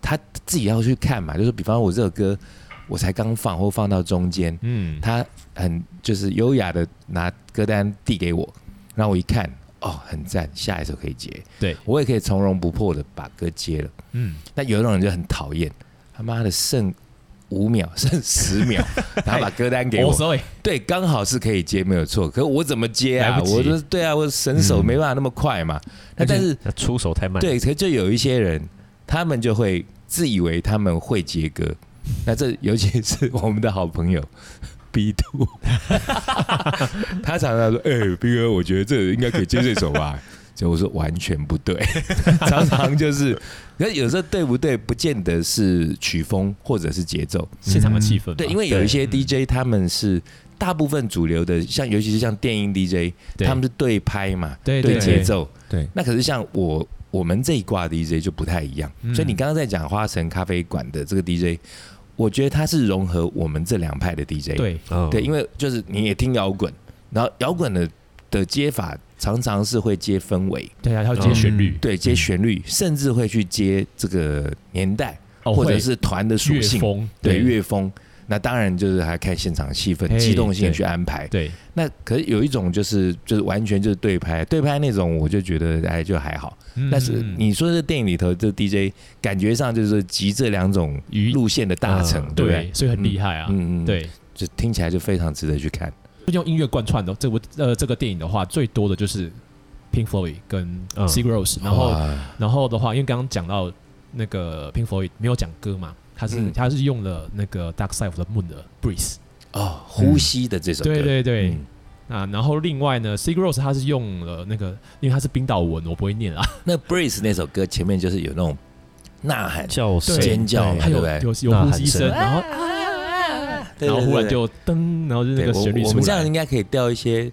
D: 他自己要去看嘛，就是比方我这首歌，我才刚放或放到中间，
B: 嗯，
D: 他很就是优雅的拿歌单递给我，然后我一看，哦，很赞，下一首可以接。
B: 对，
D: 我也可以从容不迫的把歌接了。
B: 嗯，
D: 那有一种人就很讨厌，他妈的剩五秒，剩十 秒，然后把歌单给我嗯
B: 我，所以
D: 对，刚好是可以接，没有错。可我怎么接
B: 来
D: 啊？
B: 不及
D: 我的对啊，我神手
A: 嗯
D: 没办法那么快嘛。那
C: 而且嗯
D: 但是
C: 那出手太慢，，
D: 对，可就有一些人，他们就会自以为他们会接歌。那这尤其是我们的好朋友 B Two，他常常说：“哎、b 哥，我觉得这应该可以接这首吧。” 就我说完全不对， 常常就是，可是有时候对不对，不见得是曲风或者是节奏，
B: 现场的气氛嘛，
D: 对，因为有一些
B: 嗯
D: DJ 他们是大部分主流的，像尤其是像电音 DJ，
B: 对
D: 他们是对拍嘛，
B: 对
D: 对
B: 对
D: 节奏。
A: 对
D: 那可是像我我们这一挂 DJ 就不太一样，
B: 嗯
D: 所以你刚刚在讲花神咖啡馆的这个 DJ，我觉得他是融合我们这两派的 DJ，
B: 对
C: 嗯
D: 对，因为就是你也听摇滚，然后摇滚的的接法常常是会接氛围，
B: 对啊，它会
D: 嗯
B: 接旋律，
D: 对，接旋律，甚至会去接这个年代
B: 哦
D: 或者
B: 会
D: 是团的属
B: 乐
D: 性。
B: 风，
D: 对乐风。那当然就是还看现场气氛、
B: 嘿
D: 机动性
B: 对
D: 去安排。
B: 对
D: 那可是有一种就是就是完全就是对拍，对拍那种我就觉得哎就还好。
B: 嗯
D: 但是
B: 嗯
D: 你说这电影里头这 DJ 感觉上就是集这两种
B: 于
D: 路线的大成，
C: 嗯
D: 对不
B: 对
D: 对？，
B: 所以很厉害啊，
D: 嗯，
B: 对，
D: 就听起来就非常值得去看。
B: 就用音乐贯穿的这部呃这个电影的话，最多的就是 Pink Floyd 跟
C: 嗯
B: Sigur Rós，然后
D: 哇
B: 然后的话，因为刚刚讲到那个 Pink Floyd 没有讲歌嘛，他是
D: 嗯
B: 他是用了那个 Dark Side of the Moon 的 Breeze，
D: 哦，呼吸的这首歌，
B: 嗯对对对，
D: 嗯
B: 啊，然后另外呢，Sigur Rós 他是用了那个，因为他是冰岛文，我不会念啊，
D: 那 Breeze 那首歌前面就是有那种呐喊、
C: 叫声
B: 对
D: 尖叫嘛，
B: 还
D: 对
B: 有
D: 不对？
B: 有有呼吸声，
C: 呐
B: 然后
D: 对
B: 然后
D: 对
B: 忽然
D: 对
B: 就噔，然后就那
D: 对
B: 个旋律
D: 我我
B: 出
D: 们这样
B: 来
D: 应，该可以调一些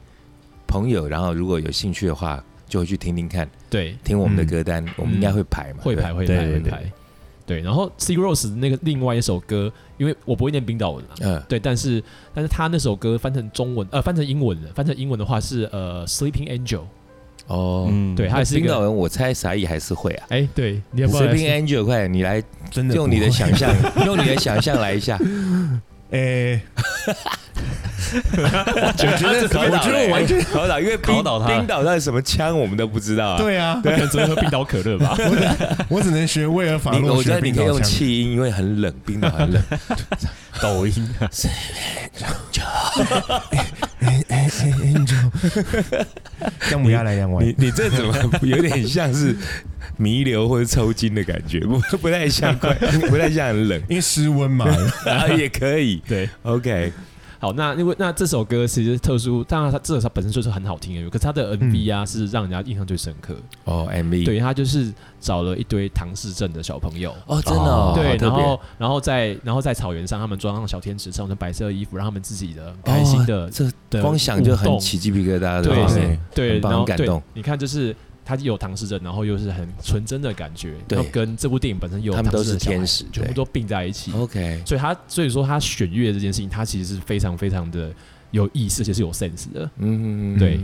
D: 朋友，然后如果有兴趣的话，就会去听听看，
B: 对，
D: 听我们的歌单，我们应该会排嘛，
B: 嗯会
D: 对
B: 排会
C: 对
B: 排会
C: 对对
B: 排，对，然后 Sigur Rós 那个另外一首歌，因为我不会念冰岛文啊，
D: 嗯，
B: 对，但是但是他那首歌翻成中文，呃，翻成英文了，翻成英文的话是呃，Sleeping Angel，
D: 哦，
C: 嗯
B: 对，，还是一
D: 冰岛
B: 个，
D: 人，我猜啥意还是会啊。
B: 哎，对，你要不要来
D: Sleeping Angel，快，你来
A: 真的
D: 用你的
A: 不会
D: 想象，用你的想象来一下。
A: 诶，
D: 我觉得
A: 考倒了
D: 全考倒，因为冰
C: 考倒他
D: 冰岛到底什么腔我们都不知道啊。，
A: 对啊，
B: 可能只会喝冰岛可乐吧。
A: 我只能学威尔法
D: 你
A: 洛
D: 我觉
A: 学
D: 得你
A: 冰
D: 可以
A: 岛
D: 用
A: 腔。
D: 气音，因为 很 冷，冰岛很冷。
C: 抖音啊，
A: 哎哎哎 哎，你就姜母鸭来两碗
D: 你，你这怎么有点像是弥留或者抽筋的感觉？不 不太 像快，不太像很冷，
A: 因为失温 嘛，
D: 啊也可以。
B: 对，
D: OK，
B: 好，那因为那这首歌其实特殊，当然它这首它本身就是很好听的歌，可是它的 MV 啊、是让人家印象最深刻。
D: 哦，MV，
B: 对，它就是找了一堆唐氏症的小朋友，
D: 哦，真的哦，
B: 对，
D: 好特
B: 然
D: 别
B: 后然后在然后在草原上，他们装上小天使，穿着白色的衣服，让他们自己的开心的
D: 哦这
B: 的
D: 光想就
B: 舞动
D: 很起鸡皮疙瘩的，
B: 对
A: 哇塞
B: 是对，
D: 很棒
B: 然后
D: 很感
B: 对
D: 动
B: 你看，就是他有唐氏症，然后又是很纯真的感觉，
D: 对
B: 然后跟这部电影本身有
D: 他们
B: 唐
D: 都
B: 氏症
D: 是
B: 的小孩
D: 天使
B: 全部
D: 对哦
B: 都并在一起。
D: OK，
B: 所以他所以说他选乐这件事情，他其实是非常非常的有意思，而且是有 sense 的。
D: 嗯，
B: 对。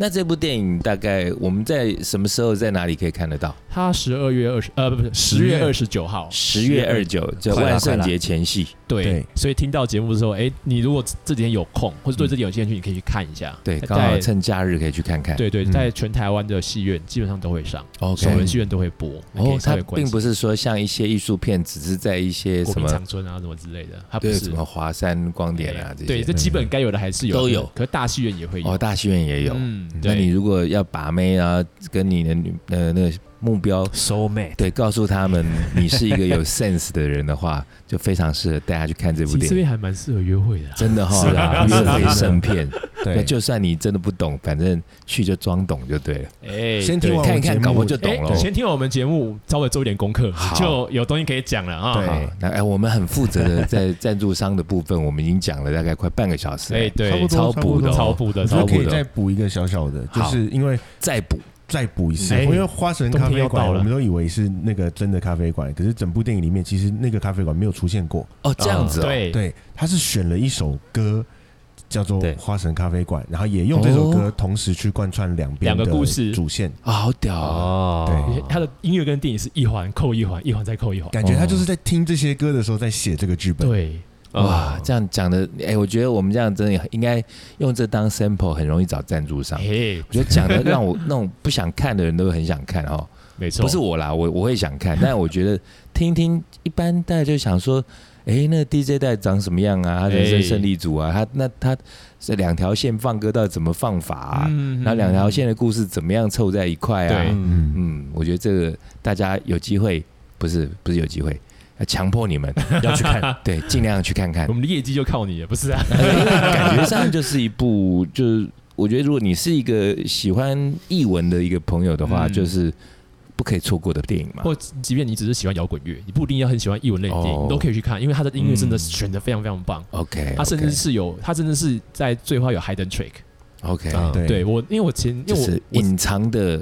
D: 那这部电影大概我们在什么时候在哪里可以看得到？
B: 他十二月二十呃不是
A: 10
B: 十月嗯
A: 月
B: 二十九号，
D: 十月二九，这
C: 快啦
D: 万圣节前夕。
B: 对，
A: 对
B: 所以听到节目的时候，哎，你如果这几天有空或者对这里有兴趣，你可以去看一下。
D: 嗯对，
B: 在
D: 刚好趁假日可以去看看。
B: 对对，
A: 嗯
B: 在全台湾的戏院基本上都会上，首
D: ，OK
B: 轮。戏院都会播。你可
D: 哦
B: 以，稍
D: 它
B: 微关
D: 并
B: 心
D: 不是说像一些艺术片，只是在一些
B: 国
D: 什
B: 民
D: 么
B: 长春啊什么之类的，它不
D: 对
B: 是
D: 什么华山光点啊这
B: 对
D: 些。
B: 对，这基本该有的还是有的，
D: 都有
B: 可是大戏院也会有。
D: 哦，大戏院也有。
B: 嗯，
D: 那你
B: 对，
D: 如果要把妹啊，跟你的女呃那个目标
C: soul mate，
D: 对，告诉他们你是一个有 sense 的人的 话，就非常适合带他去看这部
B: 其实
D: 电
B: 这
D: 影。
B: 边还蛮适合约会的啊。
D: 真的哈、
A: 是啊
D: 约
A: 是啊
D: 会圣片。那
A: 对，
D: 就算你真的不懂，反正去就装懂就对了。
B: 哎，
A: 先
B: 对
A: 听完
D: 看一
A: 我节
D: 看，
A: 目
D: 搞不好就懂
B: 哎
D: 了。
B: 先听完我们节目，稍微做一点功课
D: 好，
B: 就有东西可以讲了啊。
A: 对
D: 好，那哎，我们很负责 的，在赞助商的部分，我们已经讲了大概快半个小时了。
B: 哎，
A: 差
B: 对
A: 不，多
D: 超补的哦
B: 超补
A: 我
B: 的，
A: 觉得
B: 超
A: 可
B: 补
A: 以
B: 的。
A: 再补一个小小的，就
D: 好
A: 是因为
D: 再补
A: 再补一次，
B: 哎
A: 因为花神咖啡
B: 冬天又到
A: 馆
B: 了
A: 我们都以为是那个真的咖啡馆，可是整部电影里面其实那个咖啡馆没有出现过。
D: 哦，这样子、哦。
B: 啊对，
A: 对，他是选了一首歌叫做
D: 对
A: 《花神咖啡馆》，然后也用这首歌同时去贯穿两边
B: 哦两个
A: 的
B: 故事
A: 主线，
D: 啊、好屌哦！
C: 哦，
A: 对
B: 他的音乐跟电影是一环扣一环，一环再扣一环。
A: 感觉他就是在听这些歌的时候在写这个剧本。
B: 对，啊
A: 哦
D: 哇，这样讲的，哎，我觉得我们这样真的应该用这当 sample，很容易找赞助
A: 哎
D: 商。
B: 嘿，
D: 我觉得讲的让我 那种不想看的人都很想看哦，
B: 没错，
D: 不是我啦，我我会想看，但我觉得听听一般大家就想说， 哎，那 DJ 带长什么样啊？他人生
B: 哎
D: 胜利组啊，他那他这两条线放歌到底怎么放法啊？
B: 嗯，嗯
D: 然后两条线的故事怎么样凑在一块
B: 对
D: 啊？
A: 嗯，
D: 嗯，我觉得这个大家有机会，不是不是有机会，要强 迫你们
C: 要去看，
D: 对，尽量去看看
B: 我，们的业绩就靠你了，不是啊？
D: 因为感觉上就是一部，就是我觉得如果你是一个喜欢译文的一个朋友的话，
B: 嗯
D: 就是不可以错过的电影嘛。
B: 或即便你只是喜欢摇滚乐，你不一定要很喜欢译文类的电影，
D: 哦
B: 你都可以去看，因为他的音乐真的
D: 嗯
B: 选的非常非常棒。
D: OK，
B: 他甚至是有，他甚至是在最后有 hidden trick。
D: OK，
C: 嗯
A: 对
B: 对我，因为我前，因
D: 哎就
B: 为
D: 是
B: 我我
D: 隐藏的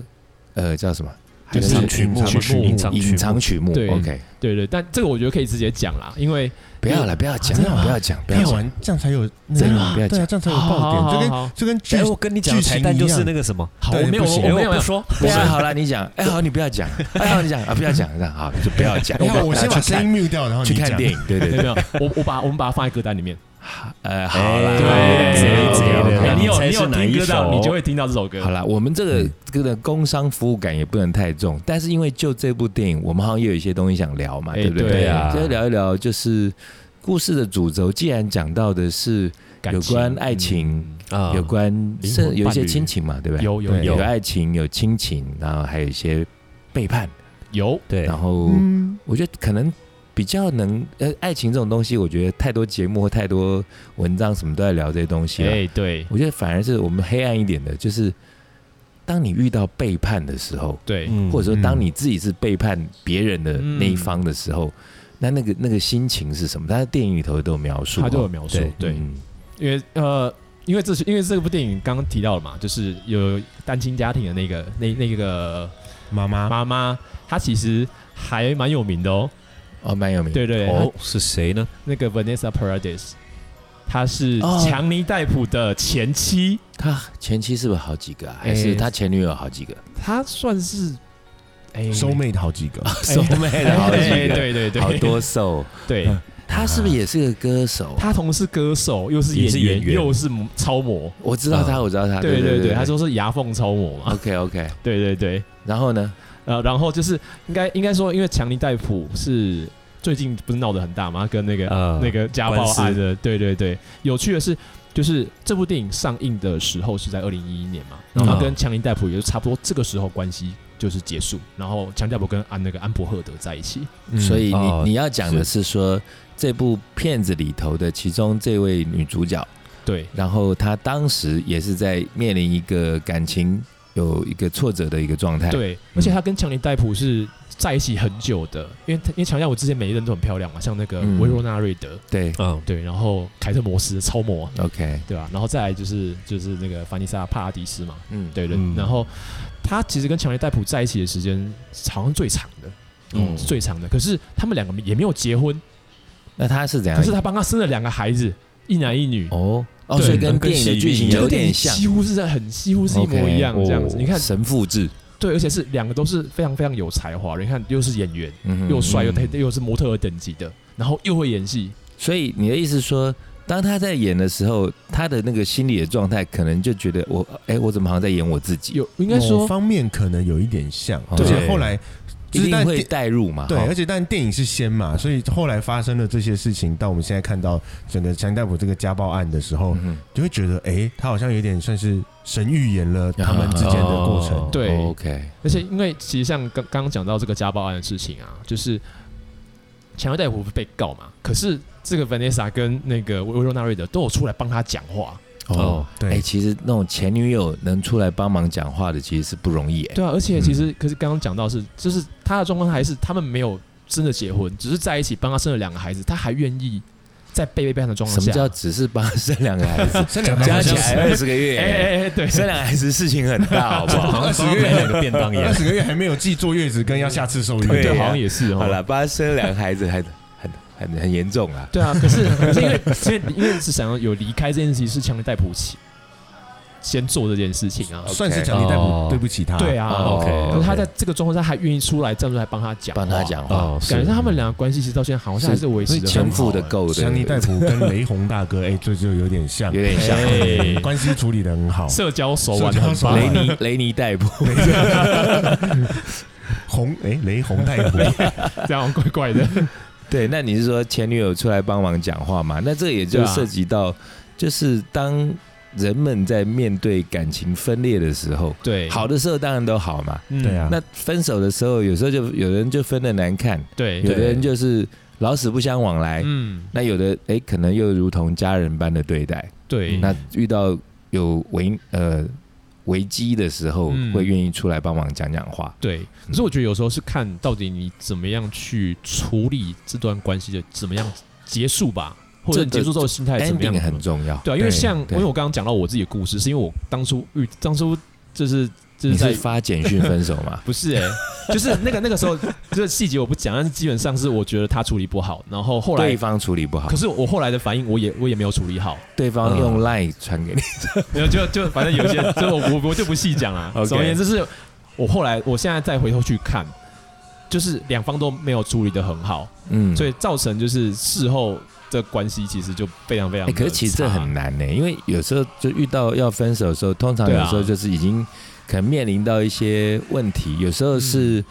D: 呃叫什么？
B: 就是
D: 还
A: 曲目
B: 曲目
C: 隐藏曲目
D: 隐藏曲目。
B: 对
D: OK，
B: 对对，但这个我觉得可以直接讲啦，因为
D: 不要了，不要讲
A: 真
D: 啊
A: 的吗
D: 了，不要讲，不要
A: 看
D: 讲。
A: 完这样才有啊那
D: 真的
A: 个，
D: 吗不要
A: 对啊，
D: 讲
A: 这样才有
B: 好好
A: 爆
B: 好
A: 点，就
B: 好
A: 跟就跟剧
C: 哎，我跟你讲的彩蛋就是那个什么，
B: 好，
A: 对
B: 我没有，
A: 不行
B: 我没
C: 哎
B: 有
C: 我不说，
D: 不要好了，你讲。哎，好，你不要讲。哎，好，你讲啊，不要讲，这样好，就不要讲。
A: 哎 呀，我先把声音 mute 掉，然后
D: 去
A: 你
D: 看去
A: 讲
D: 看电影，对对
B: 没有
D: 对
B: 没。有，我我把我们把它放在歌单里面。
D: 呃，好啦，
C: 哎
D: 对
C: 对
D: 对
C: 对
D: 对
B: 你有
C: 猜
B: 你
C: 是
B: 有
C: 哪
B: 听
C: 一
B: 歌到，
C: 首
B: 你就会听到这首歌。
D: 好啦，我们这个
A: 嗯
D: 这个工商服务感也不能太重，但是因为就这部电影，我们好像也有一些东西想聊嘛，
B: 哎
D: 对不对？
B: 对
C: 啊
D: 就聊一聊就是故事的主轴。既然讲到的是
B: 感
D: 有
B: 情嗯
D: 关爱情，
C: 啊
D: 有关
B: 灵魂
D: 是有一
B: 伴
D: 些
B: 侣
D: 亲情嘛，对不对？
B: 有有
A: 对
D: 有
B: 有
D: 爱情，有亲情，然后还有一些背叛，
B: 有，
C: 对啊
D: 然后
A: 嗯，
D: 我觉得可能比较能呃，爱情这种东西，我觉得太多节目或太多文章什么都在聊这些东西了。
B: 哎对
D: 我觉得反而是我们黑暗一点的，就是当你遇到背叛的时候，
B: 对，
C: 嗯
D: 或者说当你自己是背叛别人的那一
B: 嗯
D: 方的时候，那那个那个心情是什么？他在电影里头都有描述哦，
B: 他都有描述对
D: 对，嗯
B: 因为呃，因为这是因为这部电影刚刚提到了嘛，就是有单亲家庭的那个那那个
A: 妈妈，
B: 妈妈，她其实还蛮有名的哦。
D: 哦，蛮有名。
B: 对对
C: 哦是谁呢？
B: 她那个 Vanessa Paradis，她是
D: 哦
B: 强尼戴普的前妻，
D: 他前妻是不是好几个啊？还是
B: 哎
D: 他前女友好几个？
B: 她算是哎
A: 收妹好几 个，
D: 收妹的好
B: 哎
D: 几个，
B: 对对对，
D: 好 多瘦。
B: 对，
D: 他是不是也是个歌手啊？
B: 她同时歌手，又是
C: 也是
B: 演员，
C: 演员
B: 又是超模，
D: 我知道他，我知道他。
B: 啊对
D: 啊对啊
B: 对，她说是嗯牙缝超模嘛，
D: OK OK。
B: 对对对。
D: 然后呢？
B: 呃，然后就是应该应该说，因为强尼戴普是最近不是闹得很大吗？跟那个、
C: 呃
B: 那个家暴
C: 官司
B: 案的，对对对。有趣的是，就是这部电影上映的时候是在二零一一年嘛，然
C: 嗯
B: 后他跟强尼戴普也就差不多这个时候关系就是结束，然后强尼戴普跟安那个安伯赫德在一起，
A: 嗯
D: 所以你、
C: 哦
D: 你要讲的是说，这部片子里头的其中这位女主角，
B: 对
D: 然后她当时也是在面临一个感情有一个挫折的一个状
C: 哎嗯
D: 态。，
B: 对，而且他跟强尼戴普是在一起很久的，因为他因为强尼戴普之前每一任都很漂亮嘛，像那个
D: 嗯
B: 维罗纳瑞德，
D: 对
C: 嗯，
B: 对，然后凯特摩斯超模，
D: ，OK，
B: 对吧、然后再来就是就是那个凡妮莎帕拉迪斯嘛，
D: 嗯，
B: 对对，
C: 嗯
B: 然后他其实跟强尼戴普在一起的时间好像最长的，嗯，
D: 嗯
B: 最长的。可是他们两个也没有结婚，
D: 那她是怎样？
B: 可是他帮他生了两个孩子，一男一女，
D: 哎哦哦，
B: 对
D: 所以跟
C: 跟
D: 电影的
C: 戏
D: 剧情
C: 里面
D: 有点像，
B: 几乎是在很几乎是一模一样
D: OK，
B: 这样子。
D: 哦
B: 你看，
D: 神复制，
B: 对，而且是两个都是非常非常有才华的，你看又是演员，
D: 嗯哼
B: 又帅又
D: 嗯
B: 太又是模特儿等级的，然后又会演戏，
D: 所以你的意思说，当他在演的时候，他的那个心理的状态，可能就觉得我，哎、我怎么好像在演我自己？
B: 有应该
A: 某
B: 说
A: 方面可能有一点像，而
D: 哦对
A: 且后来
D: 一
A: 就是
D: 定
A: 但
D: 会
A: 电
D: 带入嘛？
A: 对，
D: 哈
A: 而且但电影是先嘛，所以后来发生了这些事情，到我们现在看到整个强尼戴普这个家暴案的时候，
D: 嗯
A: 就会觉得，哎、他好像有点算是神预言了他们之间的过程。
D: 啊哦
B: 对
D: ，OK，
B: 而且因为其实像刚刚刚讲到这个家暴案的事情啊，就是强尼戴普被告嘛，可是这个 Vanessa 跟那个维罗纳瑞德都有出来帮他讲话，
D: 哦，哎、
A: 对，
D: 其实那种前女友能出来帮忙讲话的，其实是不容易、哎，
B: 对啊，而且其实、可是刚刚讲到是，就是他的状况还是他们没有真的结婚，只是在一起帮他生了两个孩子，他还愿意在被背叛的状
D: 什
B: 况下，
D: 么叫只是帮他生两个
A: ，
D: 孩子
A: 生两个
D: 加
A: 好
D: 起
A: 像
D: 来
A: 是
D: 二十个月、
B: 哎哎哎，对，
D: 生两个孩子事情很大，好不 好？
C: 好像帮他买两个便当一
A: 二
C: 样。
A: 十个月还没有记坐月子跟要下次受孕，
D: 对
B: 对，
D: 啊
B: 好像也是哦。
D: 好了，帮他生两个孩子很很很很严重啊。
B: 对啊，可是可是因为因为因为是想要有离开这件事情是强尼戴普起先做这件事情啊，
A: 算是强尼戴普
C: 哦
A: 对不起他。
B: 对啊
C: 哦
B: 可是
C: OK，
B: 他在这个状况下还愿意出来站出来帮他讲，
D: 帮他讲，话，
C: 哦，
B: 感觉
C: 是
B: 上他们两个关系其实到现在好像还啊是维持的
D: 前夫
B: 哦
D: 的够的，
A: 强尼戴普跟雷洪大哥，哎、这就有点像，
D: 有点像。
B: 哎
A: 关系处理的很好。
B: 社交手腕很
A: 社交手
B: 棒
A: 腕。
D: 雷尼雷尼戴普，
A: 洪哎、雷洪大夫，
B: 这样怪怪 的。
D: 对，那你是说前女友出来帮忙讲话嘛？那这也
B: 对
D: 就
B: 啊
D: 涉及到，就是当人们在面对感情分裂的时候，
B: 对，
D: 好的时候当然都好嘛。
B: 嗯，
A: 对啊
D: 那分手的时候，有时候就有人就分的难看，
B: 对，
D: 有的人
B: 对
D: 就是老死不相往来，
B: 嗯，
D: 那有的哎可能又如同家人般的对待。
B: 对，
D: 那遇到有危呃危机的时候，
B: 嗯
D: 会愿意出来帮忙讲讲话。
B: 对。可是我觉得有时候是看到底你怎么样去处理这段关系的，怎么样结束吧，或者你
D: 这
B: 结束之后心态怎么样
D: ending 很重要。
B: 对啊，因为像因
D: 对
B: 为我刚刚讲到我自己的故事，是因为我当初遇当初就是就
D: 你
B: 是在？
D: 是发简讯分手嘛
B: 不是哎、就是那个那个时候，这个细节我不讲，但是基本上是我觉得他处理不好，然后 后
D: 对
B: 来，
D: 方处理不好
B: 可，是我后来的反应，我也我也没有处理 好，
D: 对方用 line 传给你，
B: 然后就就反正有一些，就我我我就不细讲 了。
D: OK
B: 总而言之是，我后来我现在再回头去看，就是两方都没有处理的很好，
D: 嗯，
B: 所以造成就是事后的关系其实就非常非常
D: 哎
B: 的差、
D: 可是其实这很难呢、因为有时候就遇到要分手的时候，通常
B: 对啊
D: 有时候就是已经可能面临到一些问题，有时候是、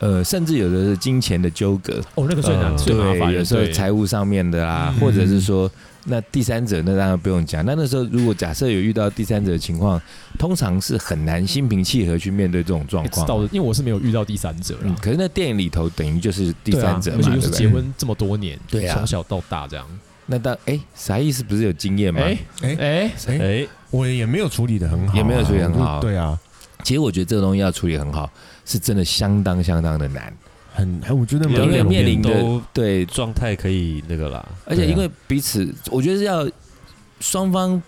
D: 呃，甚至有的是金钱的纠葛，呃
B: 哦，那个最难、
C: 嗯
B: 最麻烦，
D: 有时候
B: 对
D: 财务上面的啊，
B: 嗯
D: 或者是说那第三者，那当然不用讲。那那时候如果假设有遇到第三者的情况，通常是很难心平气和去面对这种状
B: 哎知
D: 况。
B: 道的，因为我是没有遇到第三者啦。
D: 嗯，可是那电影里头等于就是第
B: 对啊
D: 三者
B: 而
D: 嘛，
B: 且又
D: 对
B: 是
D: 不
B: 结
D: 对？
B: 婚这么多年，
D: 对啊
B: 从小到大这样。
D: 那当哎，啥意思？不是有经验吗？
B: 哎
A: 哎
B: 哎，
A: 哎、
C: 哎，
A: 我也没有处理的很好啊、
D: 也没有处理很好
A: 我对啊，
D: 其实我觉得这个东西要处理很好，是真的相当相当的难。
A: 很，哎我觉得
D: 因
A: 蛮
D: 为
C: 两
A: 容易
D: 面
C: 边
D: 临的
C: 都啊
D: 对，
C: 状态可以那个啦，
D: 而且因为彼此，我觉得是要双方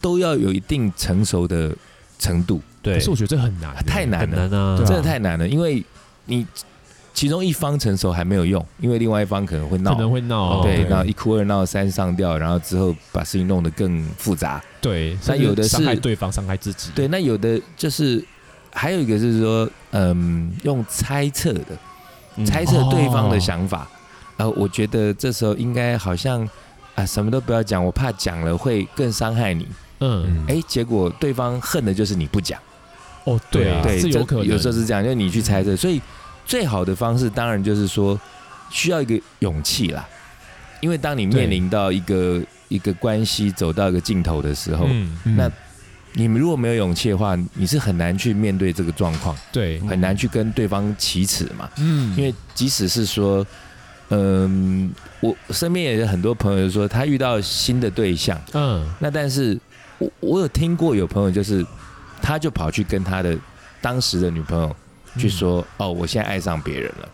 D: 都要有一定成熟的程度，
C: 对
B: 可，是我觉得这很难欸，
D: 太难
C: 很
D: 了，
C: 难啊，
A: 对啊
D: 真的太难了。因为你其中一方成熟还没有用，因为另外一方可能会
B: 可
D: 闹，
B: 能会闹。
D: 对，
A: 对
D: 然后一哭二闹三上吊，然后之后把事情弄得更复杂。
B: 对，
D: 但有的是
B: 伤害对方，伤害自己。
D: 对，那有的就是还有一个是说，嗯，用猜测的，
C: 嗯
D: 猜测对方
B: 哦
D: 的想法。呃，我觉得这时候应该好像啊、什么都不要讲，我怕讲了会更伤害你。
B: 嗯，
A: 嗯
D: 哎、结果对方恨的就是你不讲。
B: 哦，对啊，
D: 对，
B: 是
D: 这
B: 有可能，嗯
D: 有时候是这样，就你去猜测。所以最好的方式当然就是说，需要一个勇气啦，因为当你面临到一个一个关系走到一个尽头的时候，
B: 嗯，
A: 嗯
D: 那你们如果没有勇气的话，你是很难去面对这个状况，
B: 对，
D: 很难去跟对方启齿嘛。
B: 嗯，
D: 因为即使是说，嗯，我身边也有很多朋友说他遇到新的对象，
B: 嗯，
D: 那但是我我有听过有朋友就是，他就跑去跟他的当时的女朋友去说，哦，我现在爱上别人了。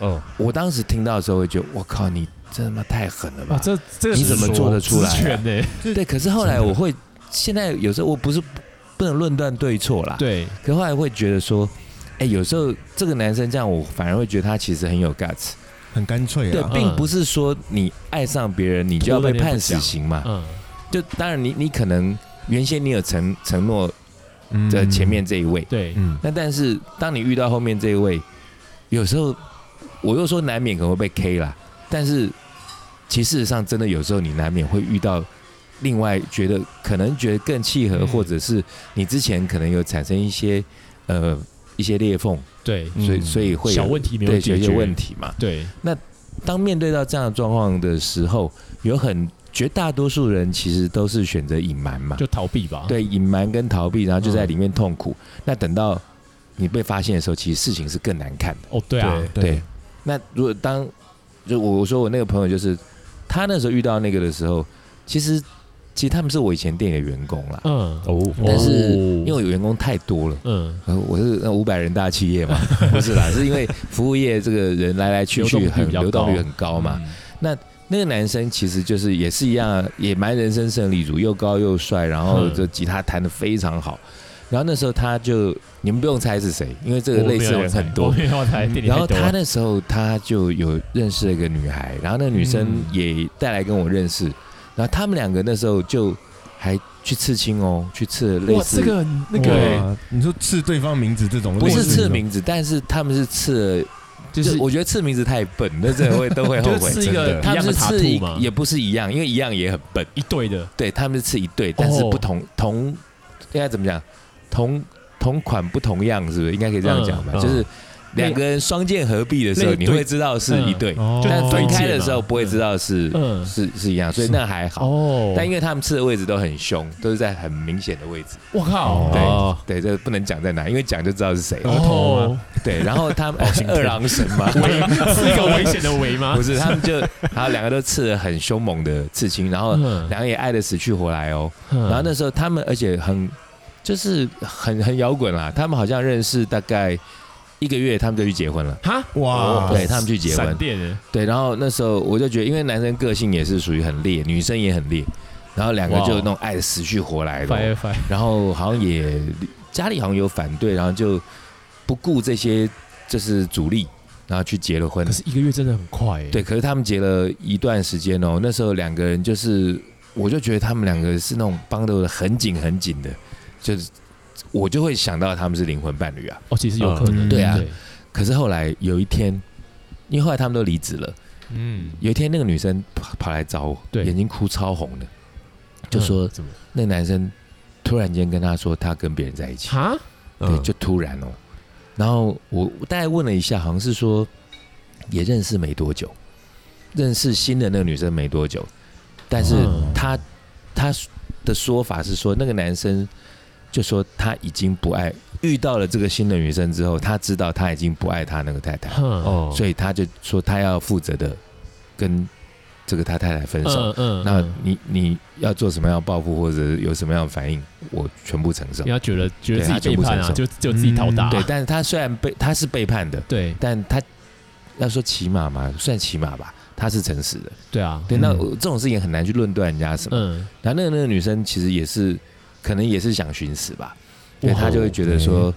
C: 哦，
D: 我当时听到的时候，我就我靠，你这他妈太狠了吧
B: 哇，！这这个
D: 你怎么做得出来啊
B: 职权呢？
D: 对，可是后来
A: 真的
D: 我会，现在有时候我不是不能论断对错啦，
B: 对，
D: 可后来会觉得说，哎、有时候这个男生这样，我反而会觉得他其实很有 guts。
A: 很干脆
D: 对
A: 啊，，
D: 并不是说你爱上别人，你就要被判死刑嘛。
B: 嗯，
D: 就当然你，你可能原先你有承承诺
A: 嗯
D: 的前面这一位，
B: 对，
A: 嗯，
D: 那但是当你遇到后面这一位，有时候我又说难免可能会被 K 啦，但是其实事实上真的有时候你难免会遇到另外觉得可能觉得更契合，
B: 嗯
D: 或者是你之前可能有产生一些呃一些裂缝，
B: 对，
D: 所以
C: 嗯
D: 所以会有
B: 小问题没有
D: 对有
B: 解
D: 一些
B: 决
D: 问，题嘛。
B: 对，
D: 当面对到这样的状况的时候，有很绝大多数人其实都是选择隐瞒嘛，
B: 就逃避吧，，
D: 啊对，隐瞒跟逃避，然后就在里面痛苦。
B: 嗯
D: 那等到你被发现的时候，其实事情是更难看的。
B: 哦，对啊，
A: 对
D: 对，那如果当就我我说我那个朋友就是他那时候遇到那个的时候，其实其实他们是我以前店里的员工啦，
B: 嗯，
C: 哦，
D: 但是
B: 哦
D: 因为我员工太多了。
B: 嗯，
D: 呃，我是那五百人大 企业嘛，不是啦，是因为服务业这个人来来去去
B: 流动率
D: 很
B: 比较
D: 流动率
B: 高
D: 很高哦嘛，
B: 嗯，
D: 那个男生其实就是也是一样啊，也蛮人生胜利组，又高又帅，然后
B: 嗯
D: 这吉他弹得非常好。然后那时候他就，你们不用猜是谁，因为这个类似的人很
B: 我
D: 多。嗯
B: 没有台，
D: 然后他那时候他就有认识了一个女孩，然后那个女生
B: 嗯
D: 也带来跟我认识，然后他们两个那时候就还去刺青哦，去刺了类
B: 哇，
D: 似
B: 这个那个
A: 哇，你说刺对方名字这种，
D: 不是
A: 类似
D: 刺
A: 那种，
D: 名字，但是他们是刺了，
B: 就
D: 就是是我觉得刺名字太笨，那真的会都会后
B: 就
D: 悔
B: 是。刺一
C: 真
B: 个
C: 的
D: 他
B: 一样
D: 们是
B: 的塔
D: 刺一
B: 兔嘛，
D: 也不是一样，因为一样也很笨。
B: 一对的，
D: 对，他们是一对，但是不同、同应该怎么讲？同同款不同样，是不是？应该可以这样讲吧？
B: 嗯嗯
D: 就是两个人双剑合璧的时
B: 那
D: 候，
B: 个
D: 你
B: 对嗯
D: 会知道是一对，
A: 哦，
D: 但分开
B: 对剑
D: 的
B: 嘛
D: 时候不会知道是、
B: 嗯，
D: 是是一样，所以那还好。
B: 哦，
D: 但因为他们吃的位置都很凶，都是在很明显的位置。
B: 我靠，
D: 对、
C: 哦
D: 对，这不能讲在哪，因为讲就知道是谁了。
A: 额头
B: 哦，
D: 对，然后他们二郎神 嘛，
B: 围是一个危险的围吗
D: 不？是他们就，然后两个都刺了很凶猛的刺青，然后
B: 嗯
D: 两个也爱的死去活来哦。
B: 嗯
D: 然后那时候他们，而且很就是很很摇滚啦，他们好像认识大概一个月，他们就去结婚了。
B: 哈，
A: 哇，
D: 对他们去结婚
B: 闪，电耶，
D: 对，然后那时候我就觉得，因为男生个性也是属于很烈，女生也很烈，然后两个
B: 哇哦
D: 就那种爱的死去活来的哦，
B: 拜拜，
D: 然后好像也家里好像有反对，然后就不顾这些就是阻力，然后去结了婚
B: 可。是一个月真的很快耶，
D: 对，可是他们结了一段时间哦，那时候两个人就是，我就觉得他们两个是那种帮的很紧很紧的，就是我就会想到他们是灵魂伴侣啊。
B: 哦，其实有可
A: 嗯
B: 能，
D: 对啊可是后来有一天，因为后来他们都离职了，
B: 嗯，
D: 有一天那个女生跑跑来找我，
B: 对
D: 眼睛哭超红的，就说
B: 嗯怎么
D: 那个男生突然间跟她说他跟别人在一起，
B: 哈，
D: 对，
A: 嗯
D: 就突然哦，然后我我大概问了一下，好像是说也认识没多久，认识新的那个女生没多久，但是
B: 嗯
D: 她她的说法是说那个男生就说他已经不爱，遇到了这个新的女生之后，他知道他已经不爱他那个太太，
B: 哼哦，
C: 哦，
D: 所以他就说他要负责的跟这个他太太分手。
B: 嗯嗯，
D: 那
B: 嗯
D: 你你要做什么样的报复，或者是有什么样的反应，我全部承受
B: 不。要觉得觉得
D: 对
B: 自
D: 他
B: 己
D: 就
B: 背
D: 不
B: 叛啊，
D: 承
B: 就就自己讨打，
D: 对，但是他虽然被他是背叛的，
B: 对
D: 但他要说骑马嘛，算骑马吧，他是诚实的。
B: 对啊，
D: 对，那
A: 嗯
D: 我这种事情很难去论断人家什么。
B: 嗯，
D: 然后那个那个女生其实也是，可能也是想寻死吧，对，
B: 哇哦
D: 她就会觉得说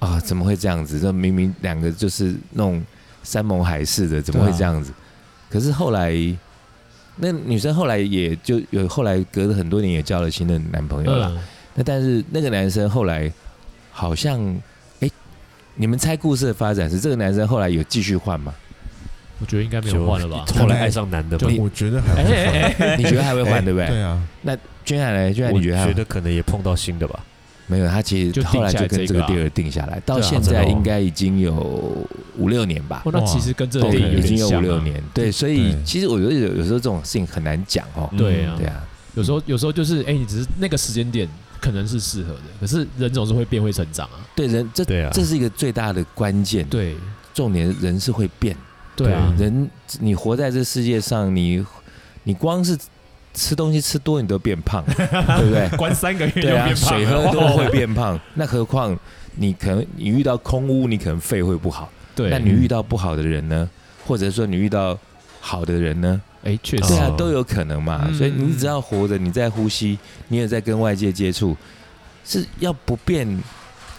D: 啊，怎么会这样子？这明明两个就是那种山盟海誓的，怎么会
B: 对啊
D: 这样子？可是后来。那女生后来也就有，后来隔了很多年也交了新的男朋友了。
B: 嗯
D: 那但是那个男生后来好像，哎、你们猜故事的发展是这个男生后来有继续换吗？
B: 我觉得应该没有换了吧？
C: 后来爱上男的嘛，
A: 我觉得还会
B: 哎
A: 换
B: 哎哎，
D: 你觉得还会换对不对？
A: 对啊，
D: 君海嘞，君海
C: 我
D: 你觉得还
C: 觉得可能也碰到新的吧，
D: 没有？他其
B: 就
D: 实后来
B: 定下
D: 就
B: 来
D: 跟
B: 这
D: 这
B: 个
D: 个
B: 啊
D: 第二定下来，
B: 啊
D: 到现在应该已经有五六年吧，
B: 哦，那其实跟这
C: 哇
B: 里
C: 对
B: 有
D: 已经
B: 点
D: 有五
B: 像
D: 六
B: 啊。
D: 年，对，所以
A: 对
D: 其实我觉得有有时候这种事情很难讲哦，
B: 对啊
D: 对啊，
B: 有时候有时候就是，哎，你只是那个时间点可能是适合的，可是人总是会变，会成长啊。
D: 对人这
C: 对啊
D: 这是一个最大的关键，，
B: 对
D: 重点人是会变，
B: 对啊，
D: 人你活在这世界上，你你光是吃东西吃多，你都变胖， 对不对？
B: 关三个月就
D: 对啊，
B: 变胖
D: 水喝
B: 了
D: 都会变胖，那何况你可能你遇到空屋，你可能肺会不好，
B: 对，
D: 那你遇到不好的人呢，或者说你遇到好的人呢，
B: 哎，确
D: 对
B: 实
D: 啊
C: 哦，
D: 都有可能嘛。
B: 嗯
D: 所以你只要活着，你在呼吸，你也在跟外界接触，是要不变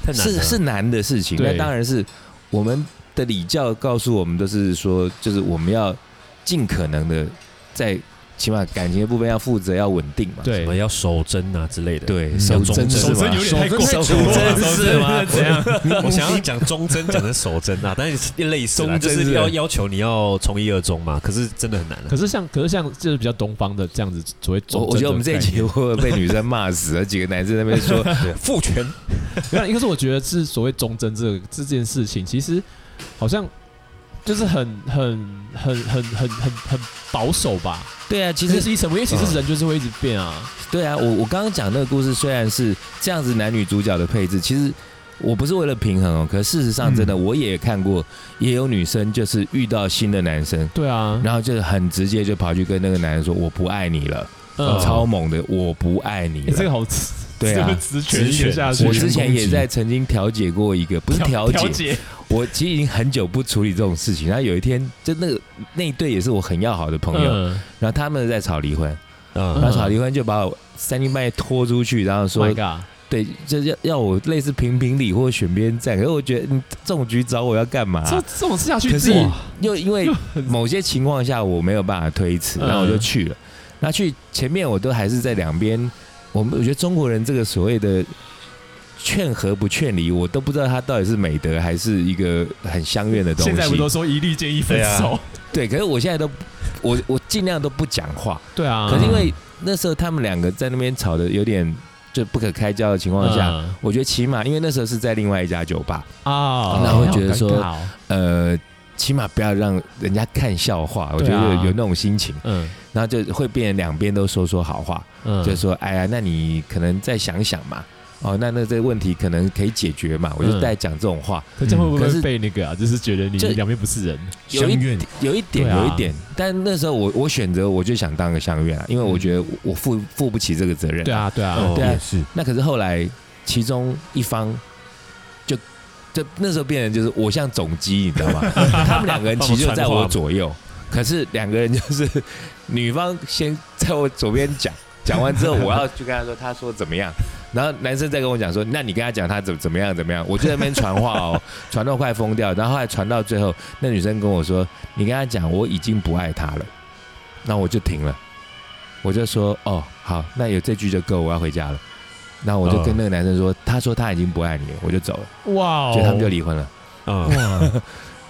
C: 太难
D: 是
C: 了。
D: 是难的事情。
B: 对
D: 那当然是我们的礼教告诉我们，都是说，就是我们要尽可能的在起码感情的部分要负责，要稳定嘛。
C: 什
B: 对
C: 么，要守贞啊之类的，
D: 对，
C: 嗯
D: 守
C: 要忠
D: 贞
C: 贞
D: 是
B: 手
D: 吧
B: 真有点太过
C: 守
B: 分了
C: 贞是吗？
B: 怎样？
C: 我想要讲忠贞，讲成守贞啊，但是类似啦，
D: 忠
C: 就
D: 贞
C: 是
D: 是
C: 要要求你要从一而终嘛，可是真的很难啊。
B: 可是像可是像就是比较东方的这样子所谓，
D: 哦我我觉得我们这一集会被女生骂死啊了，几个男生在那边说，
C: 父权
B: 没有，一个是我觉得是所谓忠贞这个这件事情，其实好像就是很很很很很很很保守吧。
D: 对啊，其
B: 其
D: 实
B: 实是一层，因为其实人就是会一直变啊。
D: 对啊，我我刚刚讲那个故事虽然是这样子男女主角的配置，其实我不是为了平衡哦，可事实上真的我也看过，也有女生就是遇到新的男生，
B: 对啊，
D: 然后就是很直接就跑去跟那个男人说我不爱你了，
B: 嗯，
D: 超猛的我不爱你
B: 欸这
D: 了。
B: 个好
D: 对啊
B: 直
C: 直选
B: 下去。
D: 我之前也在曾经调解过一个，不是调解，
B: 解，
D: 我其实已经很久不处理这种事情。然后有一天，就那个那一对也是我很要好的朋友，
B: 嗯
D: 然后他们在吵离婚，
C: 啊
D: 然后吵离婚就把我三更半夜拖出去，然后说
B: Oh ，My God，
D: 对，就是要要我类似评评理或选边站，可是我觉得你这种局找我要干嘛、
B: 这这种事下去
D: 可
B: 自
D: 是
B: 己，
D: 又因为
B: 又
D: 某些情况下我没有办法推辞，
B: 嗯
D: 然后我就去了。那去前面我都还是在两边，我们我觉得中国人这个所谓的劝和不劝离，我都不知道他到底是美德还是一个很相怨的东西。
B: 现在不都说一律建议分手？
D: 对，可是我现在都我我尽量都不讲话，
B: 对啊，
D: 可是因为那时候他们两个在那边吵的有点就不可开交的情况下，
B: 嗯
D: 我觉得起码，因为那时候是在另外一家酒吧，
B: 啊，
D: 那会觉得说
B: 好尴尬哦
D: 呃，起码不要让人家看笑话，我
B: 对
D: 觉得
B: 啊
D: 有,、那种心情，
B: 嗯
D: 然后就会变成两边都说说好话，
B: 嗯，
D: 就说哎呀，那你可能再想想嘛，哦，那那这个问题可能可以解决嘛，我就
B: 嗯
D: 在讲这种话，
B: 可这样会不
D: 可
B: 会
D: 是
B: 被那个啊？就是觉得你
D: 就
B: 两边不是人，
D: 有
A: 相
D: 一
A: 怨
D: 有一点，
B: 对啊
D: 有一点，但那时候我我选择我就想当个相院啊，因为我觉得我我负负不起这个责任，
B: 嗯对，啊对啊
C: 哦，
D: 对啊
A: 也是，
D: 那可是后来其中一方就就那时候变成就是我像总机，你知道吗？他们两个人其实就在我左右，可是两个人就是女方先在我左边讲，讲完之后我要去跟他说，他说怎么样？然后男生再跟我讲说，那你跟他讲他怎怎么样怎么样？我就在那边传话哦， 传到快疯掉。然后后来传到最后，那女生跟我说，你跟他讲我已经不爱他了，那我就停了，我就说哦好，那有这句就够，我要回家了。那我就跟那个男生说，他说他已经不爱你了，我就走了，
B: 哇哦，
D: 所嗯以他们就离婚了。
C: 啊，
A: 哇，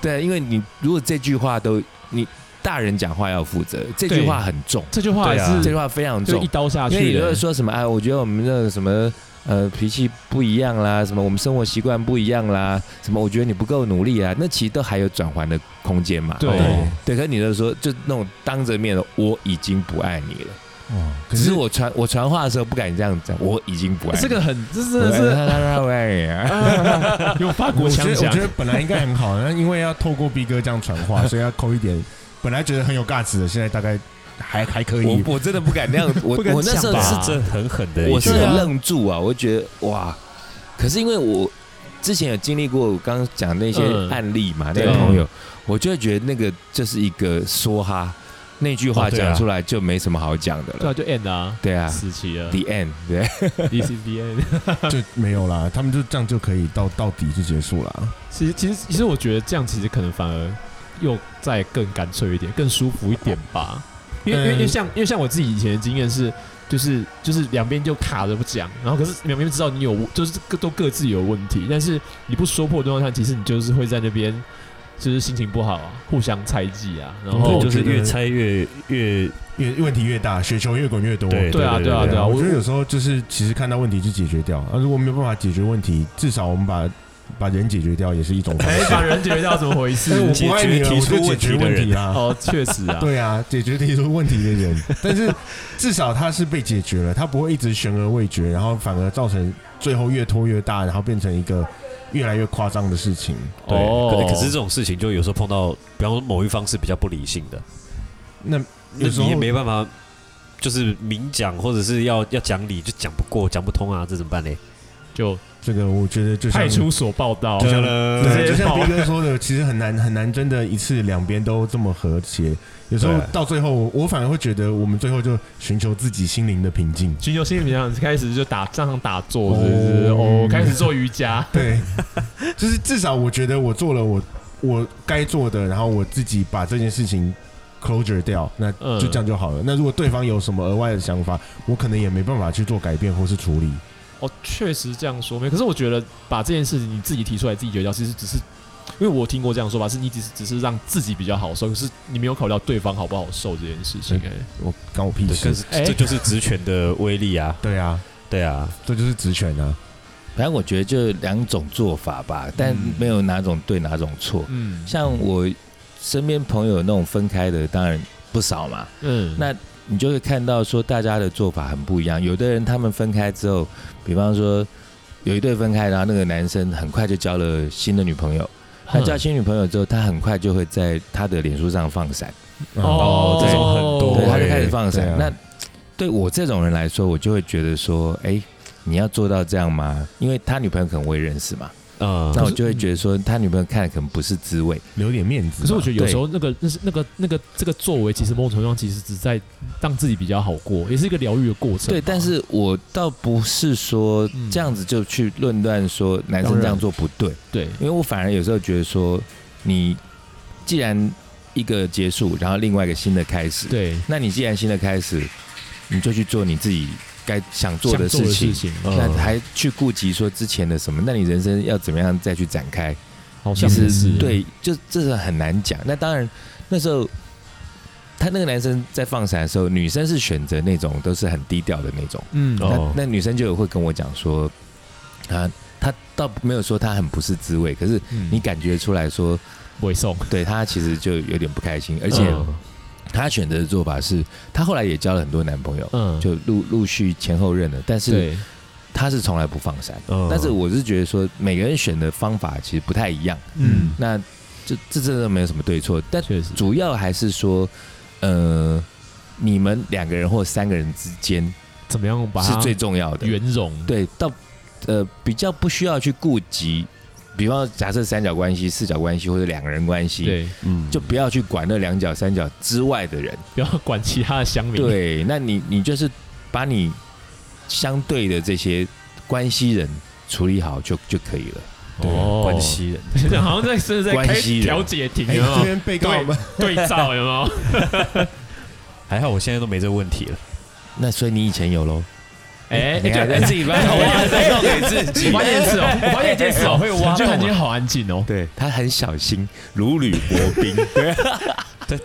D: 对，因为你如果这句话都你大人讲话要负责，这
B: 对
D: 句话很重，
B: 这句话还
C: 对啊
D: 这
B: 是
D: 句话非常
B: 就一
D: 重。
B: 刀下
D: 因为
B: 去
D: 你如
B: 的
D: 果，说什么哎，我觉得我们那个什么呃脾气不一样啦，什么我们生活习惯不一样啦，什么我觉得你不够努力啊，那其实都还有转圜的空间嘛。
B: 对
C: 哦
D: 对，可是你就说就那种当着面的我已经不爱你了，
A: 哇，哦可
D: 只是
A: 是
D: 我传我传话的时候不敢这样讲，我已经不爱你
B: 这
D: 了。
B: 个很，这真
D: 我
B: 的
D: 不爱你啊。
B: 是用法国
A: 我觉
B: 腔
A: 得我
B: 讲
A: 觉，得本来应该很好，但因为要透过 B 哥这样传话，所以要抠一点。本来觉得很有价值的，现在大概还还可以。
D: 我我真的不敢那样，我
B: 不敢
D: 我那时
B: 讲
D: 候
B: 吧
D: 是
C: 是真很狠的一句话，
D: 我是
A: 对啊
D: 很愣住啊，我觉得哇，可是因为我之前有经历过我刚刚讲那些
B: 嗯
D: 案例嘛，那
B: 对
D: 个
B: 啊
D: 朋友，我就会觉得那个就是一个梭哈，那句话
C: 哦对啊
D: 讲出来就没什么好讲的
B: 对
D: 了，
B: 啊，就 end 啊，
D: 对啊
B: 死期了
D: ，the end，对，
B: ，D C B N。
A: 就没有啦，他们就这样就可以到到底就结束啦。
B: 其实，其实，其实我觉得这样其实可能反而又再更干脆一点，更舒服一点吧。因为，因为，因为
A: 嗯
B: 像，因为像我自己以前的经验是，就是就是两边就卡着不讲，然后可是两边知道你有，就是各都各自有问题，但是你不说破对方看，其实你就是会在那边就是心情不好啊，互相猜忌啊，然
C: 对
B: 后
A: 我
C: 就
A: 觉
C: 是
A: 得
C: 越猜越越
A: 越问题越大，雪球越滚越多。
C: 对
B: 对啊，
C: 对
B: 对啊，
C: 对
B: 对啊，
A: 我
B: 我
A: 觉得有时候就是其实看到问题就解决掉，啊，如果没有办法解决问题，至少我们把把人解决掉也是一种方
B: 哎，
A: 式。
B: 把人解决掉怎么回
A: 哎 我
B: 事？
A: 不爱你了，我就解决问题啦。
B: 哦，确实啊，
A: 对啊，解决提出问题的 人，但是至少他是被解决了，他不会一直悬而未决，然后反而造成最后越拖越大，然后变成一个越来越夸张的事情。
C: 对，
B: 哦
C: 可可是这种事情就有时候碰到，比方说某一方是比较不理性的，
A: 那
C: 那
A: 有时候
C: 你也没办法，就是明讲或者是要要讲理，就讲不过、讲不通啊，这怎么办呢？
B: 就
A: 这个我觉得就像
B: 派出所报道，
A: 就像
C: 啊
A: 对，
B: 直
A: 就
B: 接
A: 像
B: 爆
A: 斌哥说的，其实很难很难真的一次两边都这么和谐。有时候
C: 对
A: 到最后，我我反而会觉得我们最后就寻求自己心灵的平静。
B: 寻求心理平衡，开始就打上场打坐，是不是？
A: 哦
B: 哦，开始做瑜伽，
A: 对， 就是至少我觉得我做了我我该做的，然后我自己把这件事情 closure 掉，那
B: 嗯
A: 就这样就好了。那如果对方有什么额外的想法，我可能也没办法去做改变或是处理。
B: 哦，确实这样说没。可是我觉得把这件事情你自己提出来，自己决掉，其实只是因为我听过这样说法，是你只是只是让自己比较好受，可是你没有考虑到对方好不好受这件事情、哎、
A: 我关我屁
C: 对，
A: 事
C: 可。是
B: 哎
C: 这就是职权的威力啊，
A: 对啊，
C: 对啊，
A: 这就是职权啊。
D: 反正我觉得就两种做法吧，但
B: 嗯
D: 没有哪种对哪种错。
B: 嗯，
D: 像我身边朋友那种分开的，当然不少嘛。
B: 嗯
D: 那你就会看到说大家的做法很不一样。有的人他们分开之后，比方说有一对分开，然后那个男生很快就交了新的女朋友。他交新女朋友之后，他很快就会在他的脸书上放闪，
A: 嗯
B: 哦，
C: 这种很多
D: 对，
C: 哦
D: 他就开始放闪。
A: 对啊
D: 那对我这种人来说，我就会觉得说，哎、你要做到这样吗？因为他女朋友可能我也认识嘛，
C: 嗯，
D: 那我就会觉得说，他女朋友看的可能不是滋味。
A: 留点面子吧。啊
B: 可是我觉得有时候那个那是那个那个这个作为，其实某种程度上其实只在让自己比较好过，也是一个疗愈的过程嘛。
D: 对，但是我倒不是说
B: 嗯
D: 这样子就去论断说男生这样做不对，
B: 对，
D: 因为我反而有时候觉得说，你既然一个结束，然后另外一个新的开始，
B: 对
D: 那你既然新的开始，你就去做你自己该想做的
B: 想做
D: 事
B: 的
D: 情
B: 事，情，
C: 嗯
D: 那还去顾及说之前的什么？那你人生要怎么样再去展开？
B: 好
D: 其
B: 像
D: 实
B: 是，
D: 对，就这是很难讲。那当然，那时候他那个男生在放闪的时候，女生是选择那种都是很低调的那种。
B: 嗯，
C: 哦
D: 那那女生就有会跟我讲说，啊，她倒没有说她很不是滋味，可是
B: 嗯
D: 你感觉出来说，
B: 尾送，
D: 对她其实就有点不开心，而且
B: 嗯
D: 她选择的做法是，她后来也交了很多男朋友，
B: 嗯，
D: 就陆陆续前后任了，但是
B: 对，
D: 她是从来不放闪。
C: 嗯
D: 但是我是觉得说，每个人选的方法其实不太一样，
B: 嗯，
D: 那这这真的没有什么对错，但
B: 确实，
D: 主要还是说，呃，你们两个人或三个人之间
B: 怎么样把
D: 是
B: 它
D: 最重要的。
B: 圆融，
D: 对，到呃比较不需要去顾及，比方说假设三角关系、四角关系或者两个人关系，
B: 对，
C: 嗯
D: 就不要去管那两角、三角之外的人。
B: 不要管其他的乡民，
D: 对，那你你就是把你相对的这些关系人处理好就就可以了。
B: 哦
C: 啊关系人，
B: 好像在是在开
D: 关系人
B: 调解庭，
A: 哎
B: 有
A: 这
B: 没有？
A: 边被告们
B: 对照有没有？
C: 还好我现在都没这个问题了，
D: 那所以你以前有喽？
B: 哎，
D: 你还在
B: 自 己挖，我挖在弄给自 己。我发现一件事哦，
D: 哎
B: 我发现一件事哦，会挖
D: 啊
B: 就感觉好安静哦。
D: 对他很小心，如履薄 冰，
C: 对，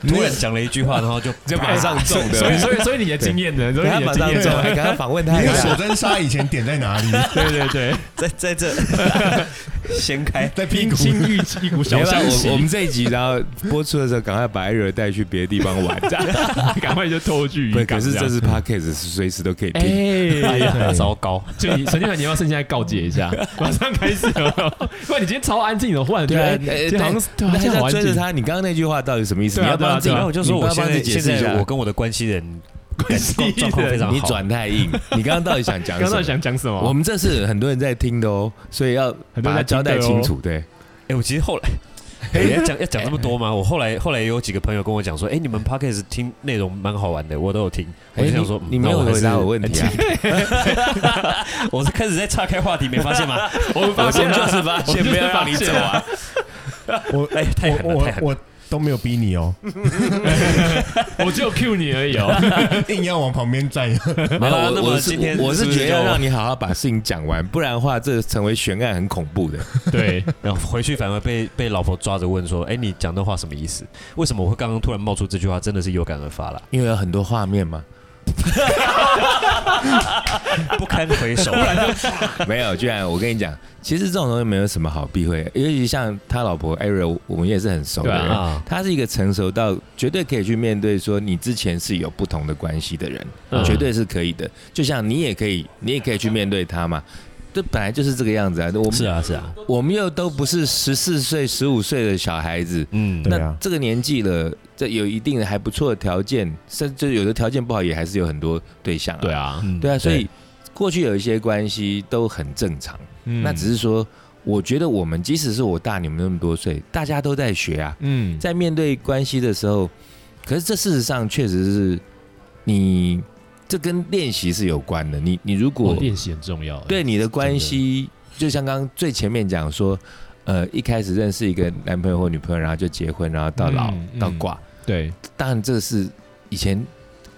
C: 突然讲了一句话，然后就
D: 就马上中的。
B: 所以，所以，所以你的经验呢？所以
D: 他
B: 你的
D: 马
B: 经
D: 上
B: 验
D: 中，
B: 呢，
D: 还刚刚访问他哎
A: 那
D: 一
A: 个锁
D: 下，
A: 针杀以前点在哪 里？
B: 对对对，
C: 在 在这掀开，
A: 在屁
B: 冰
A: 股。
B: 心玉一股小
D: 没办
B: 香
D: 法
B: 气
D: 我我，们这一集然后播出的时候，赶快把艾瑞带去别的地方 玩。这样
B: 赶快就偷去
D: 不
B: 渔
D: 是，
B: 港
D: 可
B: 样。
D: 是这是 podcast，是随时都可以听。
B: 哎呀，
C: 糟糕，
B: 就你陈俊涵，你要不要趁现在告诫一 下，马上开始了。不然你今天超安静的，忽然觉
D: 对
B: 得哎
D: 啊，
B: 今天好像是对啊，
D: 大
B: 今天好安
D: 家追
B: 静
D: 着。他，你刚刚那句话到底什么意思？
B: 对啊
D: 你要不要
B: 对啊
D: 自己
C: 然后我就说
D: 你
C: 我
D: 要不
C: 现
D: 要自
C: 在
D: 己解
C: 现
D: 释一下
C: 在我跟我的关系 人
B: 关系
C: 感状啊况非常好，
D: 你转太硬，你刚刚到底想讲
B: 刚刚
D: 什
B: 到
D: 么
B: 底？想讲什么？
D: 我们这是很多人在听的哦，所以要
B: 很多人
D: 把
B: 在
D: 它
B: 听
D: 交
B: 的
D: 代
B: 哦
D: 清楚。对，
C: 哎、我其实 后来，哎、要讲要讲这么多吗？我后来后来也有几个朋友跟我讲说，哎、你们 podcast 听内容蛮好玩的，我都有听。我
D: 哎
C: 就想说，
D: 你你
C: 嗯
D: 没
C: 那
D: 有
C: 我还
D: 回
C: 是
D: 答我问题 啊？
C: 我是开始在岔开话题，没发现 吗？
B: 我们发现
C: 我
B: 了
C: 就是发
B: 我们就
C: 现，
B: 是
C: 不要让你
B: 发现
C: 走啊！
A: 我
C: 哎、太狠
A: 我
C: 了，
A: 我
C: 太狠了！
A: 我都没有逼你哦，
B: 我只有 Q 你而已 哦。
A: 硬要往旁边站。
D: 没有，
C: 好啦
D: 我
C: 那么
D: 我是
C: 今天
D: 我
C: 是
D: 是
C: 不是
D: 觉得要
C: 就
D: 让你好好把事情讲完，不然的话，这成为悬案很恐怖的。
B: 对，
C: 然后回去反而被被老婆抓着问说，哎、你讲那话什么意思？为什么我会刚刚突然冒出这句话？真的是有感而发了。
D: 因为有很多画面嘛，
C: 不堪回 首。
D: 没有，居然我跟你讲，其实这种东西没有什么好避讳，尤其像他老婆艾瑞，我们也是很熟的
B: 对
D: 人，
C: 啊，
D: 他是一个成熟到绝对可以去面对说你之前是有不同的关系的人，
C: 嗯
D: 绝对是可以的。就像你也可以，你也可以去面对他嘛。这本来就是这个样子啊，我们
C: 是啊，是啊，
D: 我们又都不是十四岁、十五岁的小孩子，
C: 嗯，
A: 对
D: 那
A: 啊
D: 这个年纪了，这有一定的还不错的条件，甚至有的条件不好，也还是有很多对象啊。
B: 对啊，
C: 嗯
D: 对啊，所以过去有一些关系都很正常，
B: 嗯
D: 那只是说，我觉得我们即使是我大你们那么多岁，大家都在学啊，
B: 嗯，
D: 在面对关系的时候，可是这事实上确实是你这跟练习是有关的。你你如
B: 我
D: 果
B: 哦练习很重要，
D: 对你的关系，就像刚刚最前面讲说，呃，一开始认识一个男朋友或女朋友，然后就结婚，然后到老、
B: 嗯嗯
D: 到挂，
B: 对，
D: 当然这是以前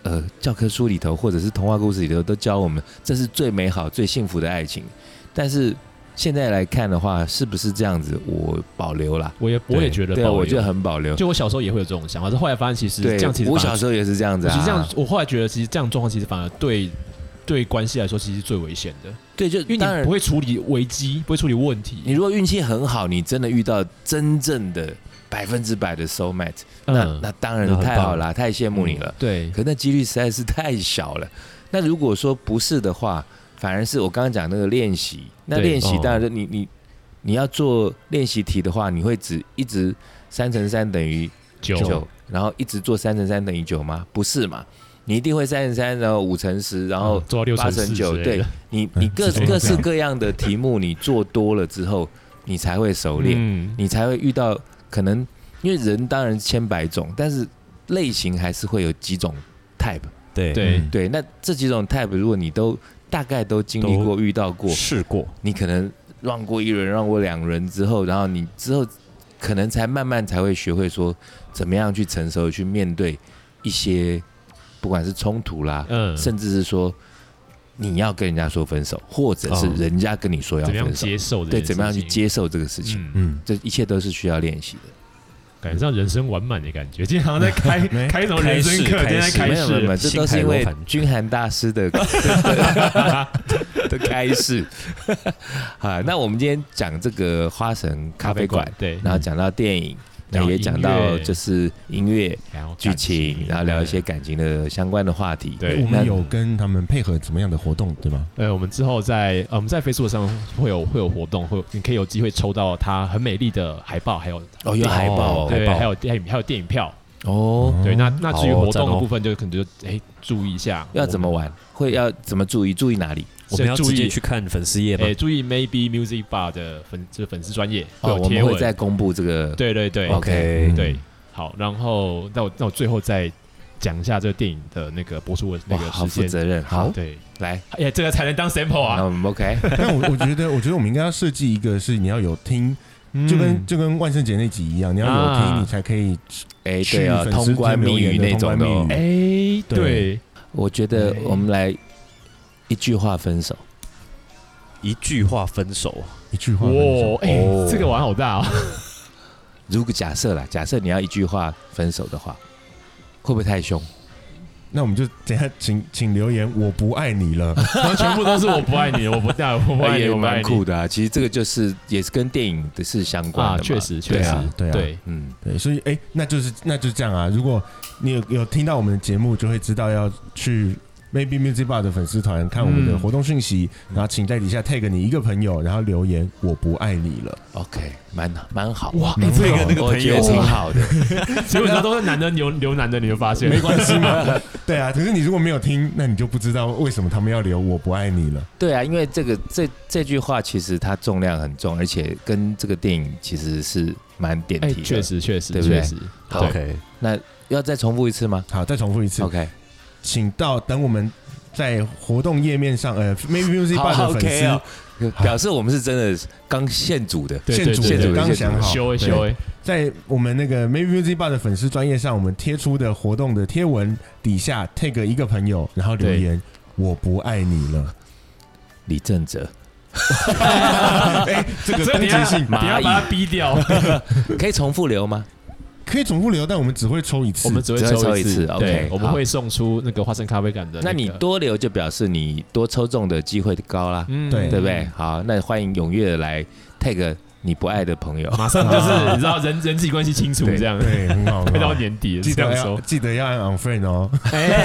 D: 呃教科书里头或者是童话故事里头都教我们，这是最美好、最幸福的爱情。但是现在来看的话，是不是这样子？我保留啦，
B: 我也我也觉得
D: 对
B: 保
D: 啊，
B: 留，
D: 我觉得很保留。
B: 就我小时候也会有这种想法，但后来发现其实
D: 对
B: 这样其，实
D: 我
B: 反而
D: 小时候也是这样子
B: 其
D: 啊。
B: 实这样，我后来觉得，其实这样状况其实反而对对关系来说，其实是最危险的，
D: 对，就
B: 因
D: 当
B: 为你
D: 然
B: 不，会处理危机，不会处理问题。
D: 你如果运气很好，你真的遇到真正的百分之百的 soul mate，那
B: 嗯
D: 那当然
C: 那很
D: 太
C: 棒
D: 好啦，太羡慕你了。
B: 对，
D: 可那几率实在是太小了。那如果说不是的话，反而是我刚刚讲那个练习，那
B: 对
D: 练习
C: 哦
D: 当然就你、你你要做练习题的话，你会只一直三乘三等于九，然后一直做三乘三等于九吗？不是嘛？你一定会三乘三，然后五乘十，然后
B: 嗯做到六
D: 八
B: 四
D: 乘九，
B: 之类
D: 对
B: 的
D: 你你各
B: 嗯是这样啊
D: 各式各样的题目你做多了之后，你才会熟练。
B: 嗯，
D: 你才会遇到可能，因为人当然千百种，但是类型还是会有几种 type。
C: 对
B: 对
C: 嗯
D: 对，那这几种 type 如果你都大概都经历过、遇到过，
C: 试过，
D: 你可能让过一轮、让过两轮之后，然后你之后可能才慢慢才会学会说怎么样去成熟地去面对一些不管是冲突啦，
B: 嗯，
D: 甚至是说你要跟人家说分手，或者是
C: 哦
D: 人家跟你说要
B: 怎么样
D: 分手，
B: 接受这
D: 对，
B: 件事情？
D: 怎么样去接受这个事情，
B: 嗯，
A: 嗯，
D: 这一切都是需要练习的。
B: 感觉上人生完满的感觉，今天好像在 开
A: 没
B: 开什么人生课，今
C: 开
B: 天在
C: 示
B: 开
D: 没有没有没有，
B: 始，
D: 这都是因为
C: 新凯罗盘
D: 军韩大师 的的的开示。 好，那我们今天讲这个花神咖啡馆，，
B: 对，
D: 然后讲到电影，那也讲到就是音乐、
B: 嗯然后
D: 剧
B: 感
D: 情，然后聊一些感情的相关的话题。
B: 对
A: 哎我
D: 那
A: 们有跟他们配合怎么样的活动，对吗？
B: 呃，我们之后在呃我们在 Facebook 上会有会有活动，会有你可以有机会抽到它很美丽的海报，还有
D: 哦有海报哦
B: 对，
C: 海报
B: 还有电影还有电影票。
D: 哦，
B: 对，那那至于
C: 好哦
B: 活动
C: 赞
B: 的
C: 哦
B: 部分，就可能就哎注意一下
D: 要怎么玩？会要怎么注意？注意哪里？
C: 我们要
B: 注
C: 直接
B: 意
C: 去看粉丝页吗
B: 哎？注意 Maybe Music Bar 的粉这粉丝专业
D: 哦，
B: 有
D: 我
B: 贴
D: 们会
B: 文
D: 再，公布这个。
B: 对对对
D: OK
B: 对，好，然后那我那我最后再讲一下这个电影的那个播出的那
D: 哇，
B: 个
D: 好负
B: 时间，
D: 责任，好，
B: 对，
D: 来，
B: 哎呀，这个才能当 sample
D: 那
B: 啊，
D: 我们 OK，
A: 但我我觉得，我觉得我们应该要设计一个是你要有听，就跟
B: 嗯
A: 就跟万圣节那集一样，你要有听
B: 啊
A: 你才可以
D: 哎，
A: 去
D: 对啊，
A: 粉丝
D: 通关谜语那种的
A: 留言的通关
D: 哦
A: 谜语。
B: 哎，对
A: 对，
D: 我觉得
B: 对
D: 我们来一句话分手，
C: 一句话分手，
A: 一句话
B: 哇
A: 分手。，
B: 哎
C: 哦，
B: 这个玩好大哦。
D: 如果假设啦，假设你要一句话分手的话，会不会太凶？
A: 那我们就等一下请请留言，我不爱你了。
B: 然后 全部都是我不爱你，我不爱，我不爱你，
D: 也
B: 我不爱
D: 蛮
B: 你
D: 酷的啊。其实这个就是也是跟电影的是相关
B: 啊！
D: 的嘛，
B: 确实，确
D: 对
B: 实
D: 啊，，
A: 对啊
B: 对，
D: 嗯，
A: 对，所以哎、那就是那就这样啊。如果你有有听到我们的节目，就会知道要去 Maybe Music Bar 的粉丝团看我们的
B: 嗯
A: 活动讯息，然后请在底下 tag 你一个朋友，然后留言“我不爱你了
D: OK，蛮好蛮好。
B: 哇
A: 嗯
C: 这个那个
D: 我
C: 朋
D: 觉
C: 友
D: 得挺好的，
B: 结果你知道都是男的留留男的，你就发”，现
A: 没关系嘛。 对啊，可是你如果没有听，那你就不知道为什么他们要留“我不爱你了
D: 对啊，因为这个这这句话其实它重量很重，而且跟这个电影其实是蛮点
B: 哎，
D: 题的。
B: 确，实，确实，
D: 对不对
B: 确实，
D: 好
B: 对，
C: OK，
D: 要再重复一次吗”。
A: 好，再重复一次，
D: ？OK，
A: 请到等我们在活动页面上，呃，Maybe Music
D: 好
A: Bar 的粉
D: OK 哦
A: 丝，
D: 表示我们是真的刚现组的。
B: 对
A: 现
B: 对
A: 组
B: 对
A: 的
B: 对
A: 刚
D: 现
A: 想好，
B: 修哎
A: 对
B: 修哎，
A: 在我们那个 Maybe Music Bar 的粉丝专业上，我们贴出的活动的贴文底下 tag 一个朋友，然后留言“我不爱你了
D: 李正 哲，”。
A: 哎，这个
B: 所以
A: 攻
B: 你
A: 击
B: 要
A: 性
B: 你要把他逼掉，
D: 可以重复留吗？
A: 可以总部留，但我们只会抽一次。
B: 我们只会
D: 只会抽
B: 抽
D: 一次
B: 次，
D: ，OK，
B: 对，我们
D: 好
B: 会送出那个花生咖啡感的个。
D: 那你多留就表示你多抽中的机会高啦，
B: 嗯
A: 对
D: 对不对？？好，那欢迎踊跃地来 tag 你不爱的朋友。
B: 马上 就是你知道人人际关系清楚这样，
A: 对，很好，
B: 快
A: 很好
B: 到年底了，
A: 记
B: 这
A: 得
B: 样
A: 要
B: 说，
A: 记得要按 on friend 哦。
D: 哎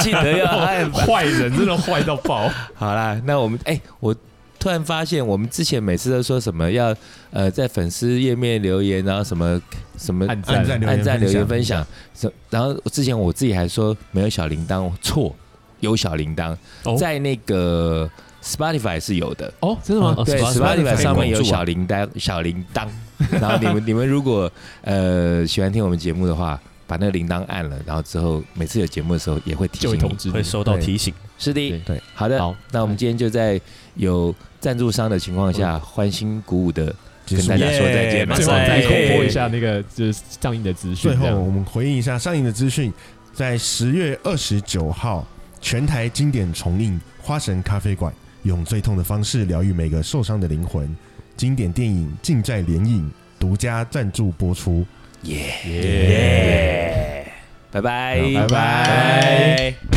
D: 记 得要按
B: 坏人真的坏到爆。
D: 好啦，那我们哎、我突然发现，我们之前每次都说什么要呃在粉丝页面留言，然后什么什么
B: 按赞
A: 按赞留言
D: 按赞留言
A: 分
D: 分
A: 享
D: 享，什然后之前我自己还说没有小铃铛，错，有小铃铛，
C: 哦
D: 在那个 Spotify 是有的。
B: 哦，真的吗？
C: 哦
D: 对
C: Spotify
D: ，Spotify 上面有
C: 可以关注啊
D: 小铃铛，小铃铛。然后你们 你们如果呃喜欢听我们节目的话，把那个铃铛按了，然后之后每次有节目的时候也会提
B: 就会
D: 醒
B: 通
D: 你。
B: 知你
C: 会。收到提醒。
D: 是的
B: 对，
A: 对，
D: 好的，
B: 好，
D: 那我们今天就在有赞助商的情况下，欢欣鼓舞的
A: 结束
D: 跟大家说再见
C: 耶
D: 了。
B: 嗯最后再
C: 马
B: 口
C: 赛
B: 播一下那个就是上映的资讯。
A: 最后
B: 这样
A: 我们回应一下上映的资讯，在十月二十九号，全台经典重映《花神咖啡馆》，用最痛的方式疗愈每个受伤的灵魂。经典电影尽在联影独家赞助播出。
D: 耶，
B: 耶。
D: 拜拜
A: 好拜拜。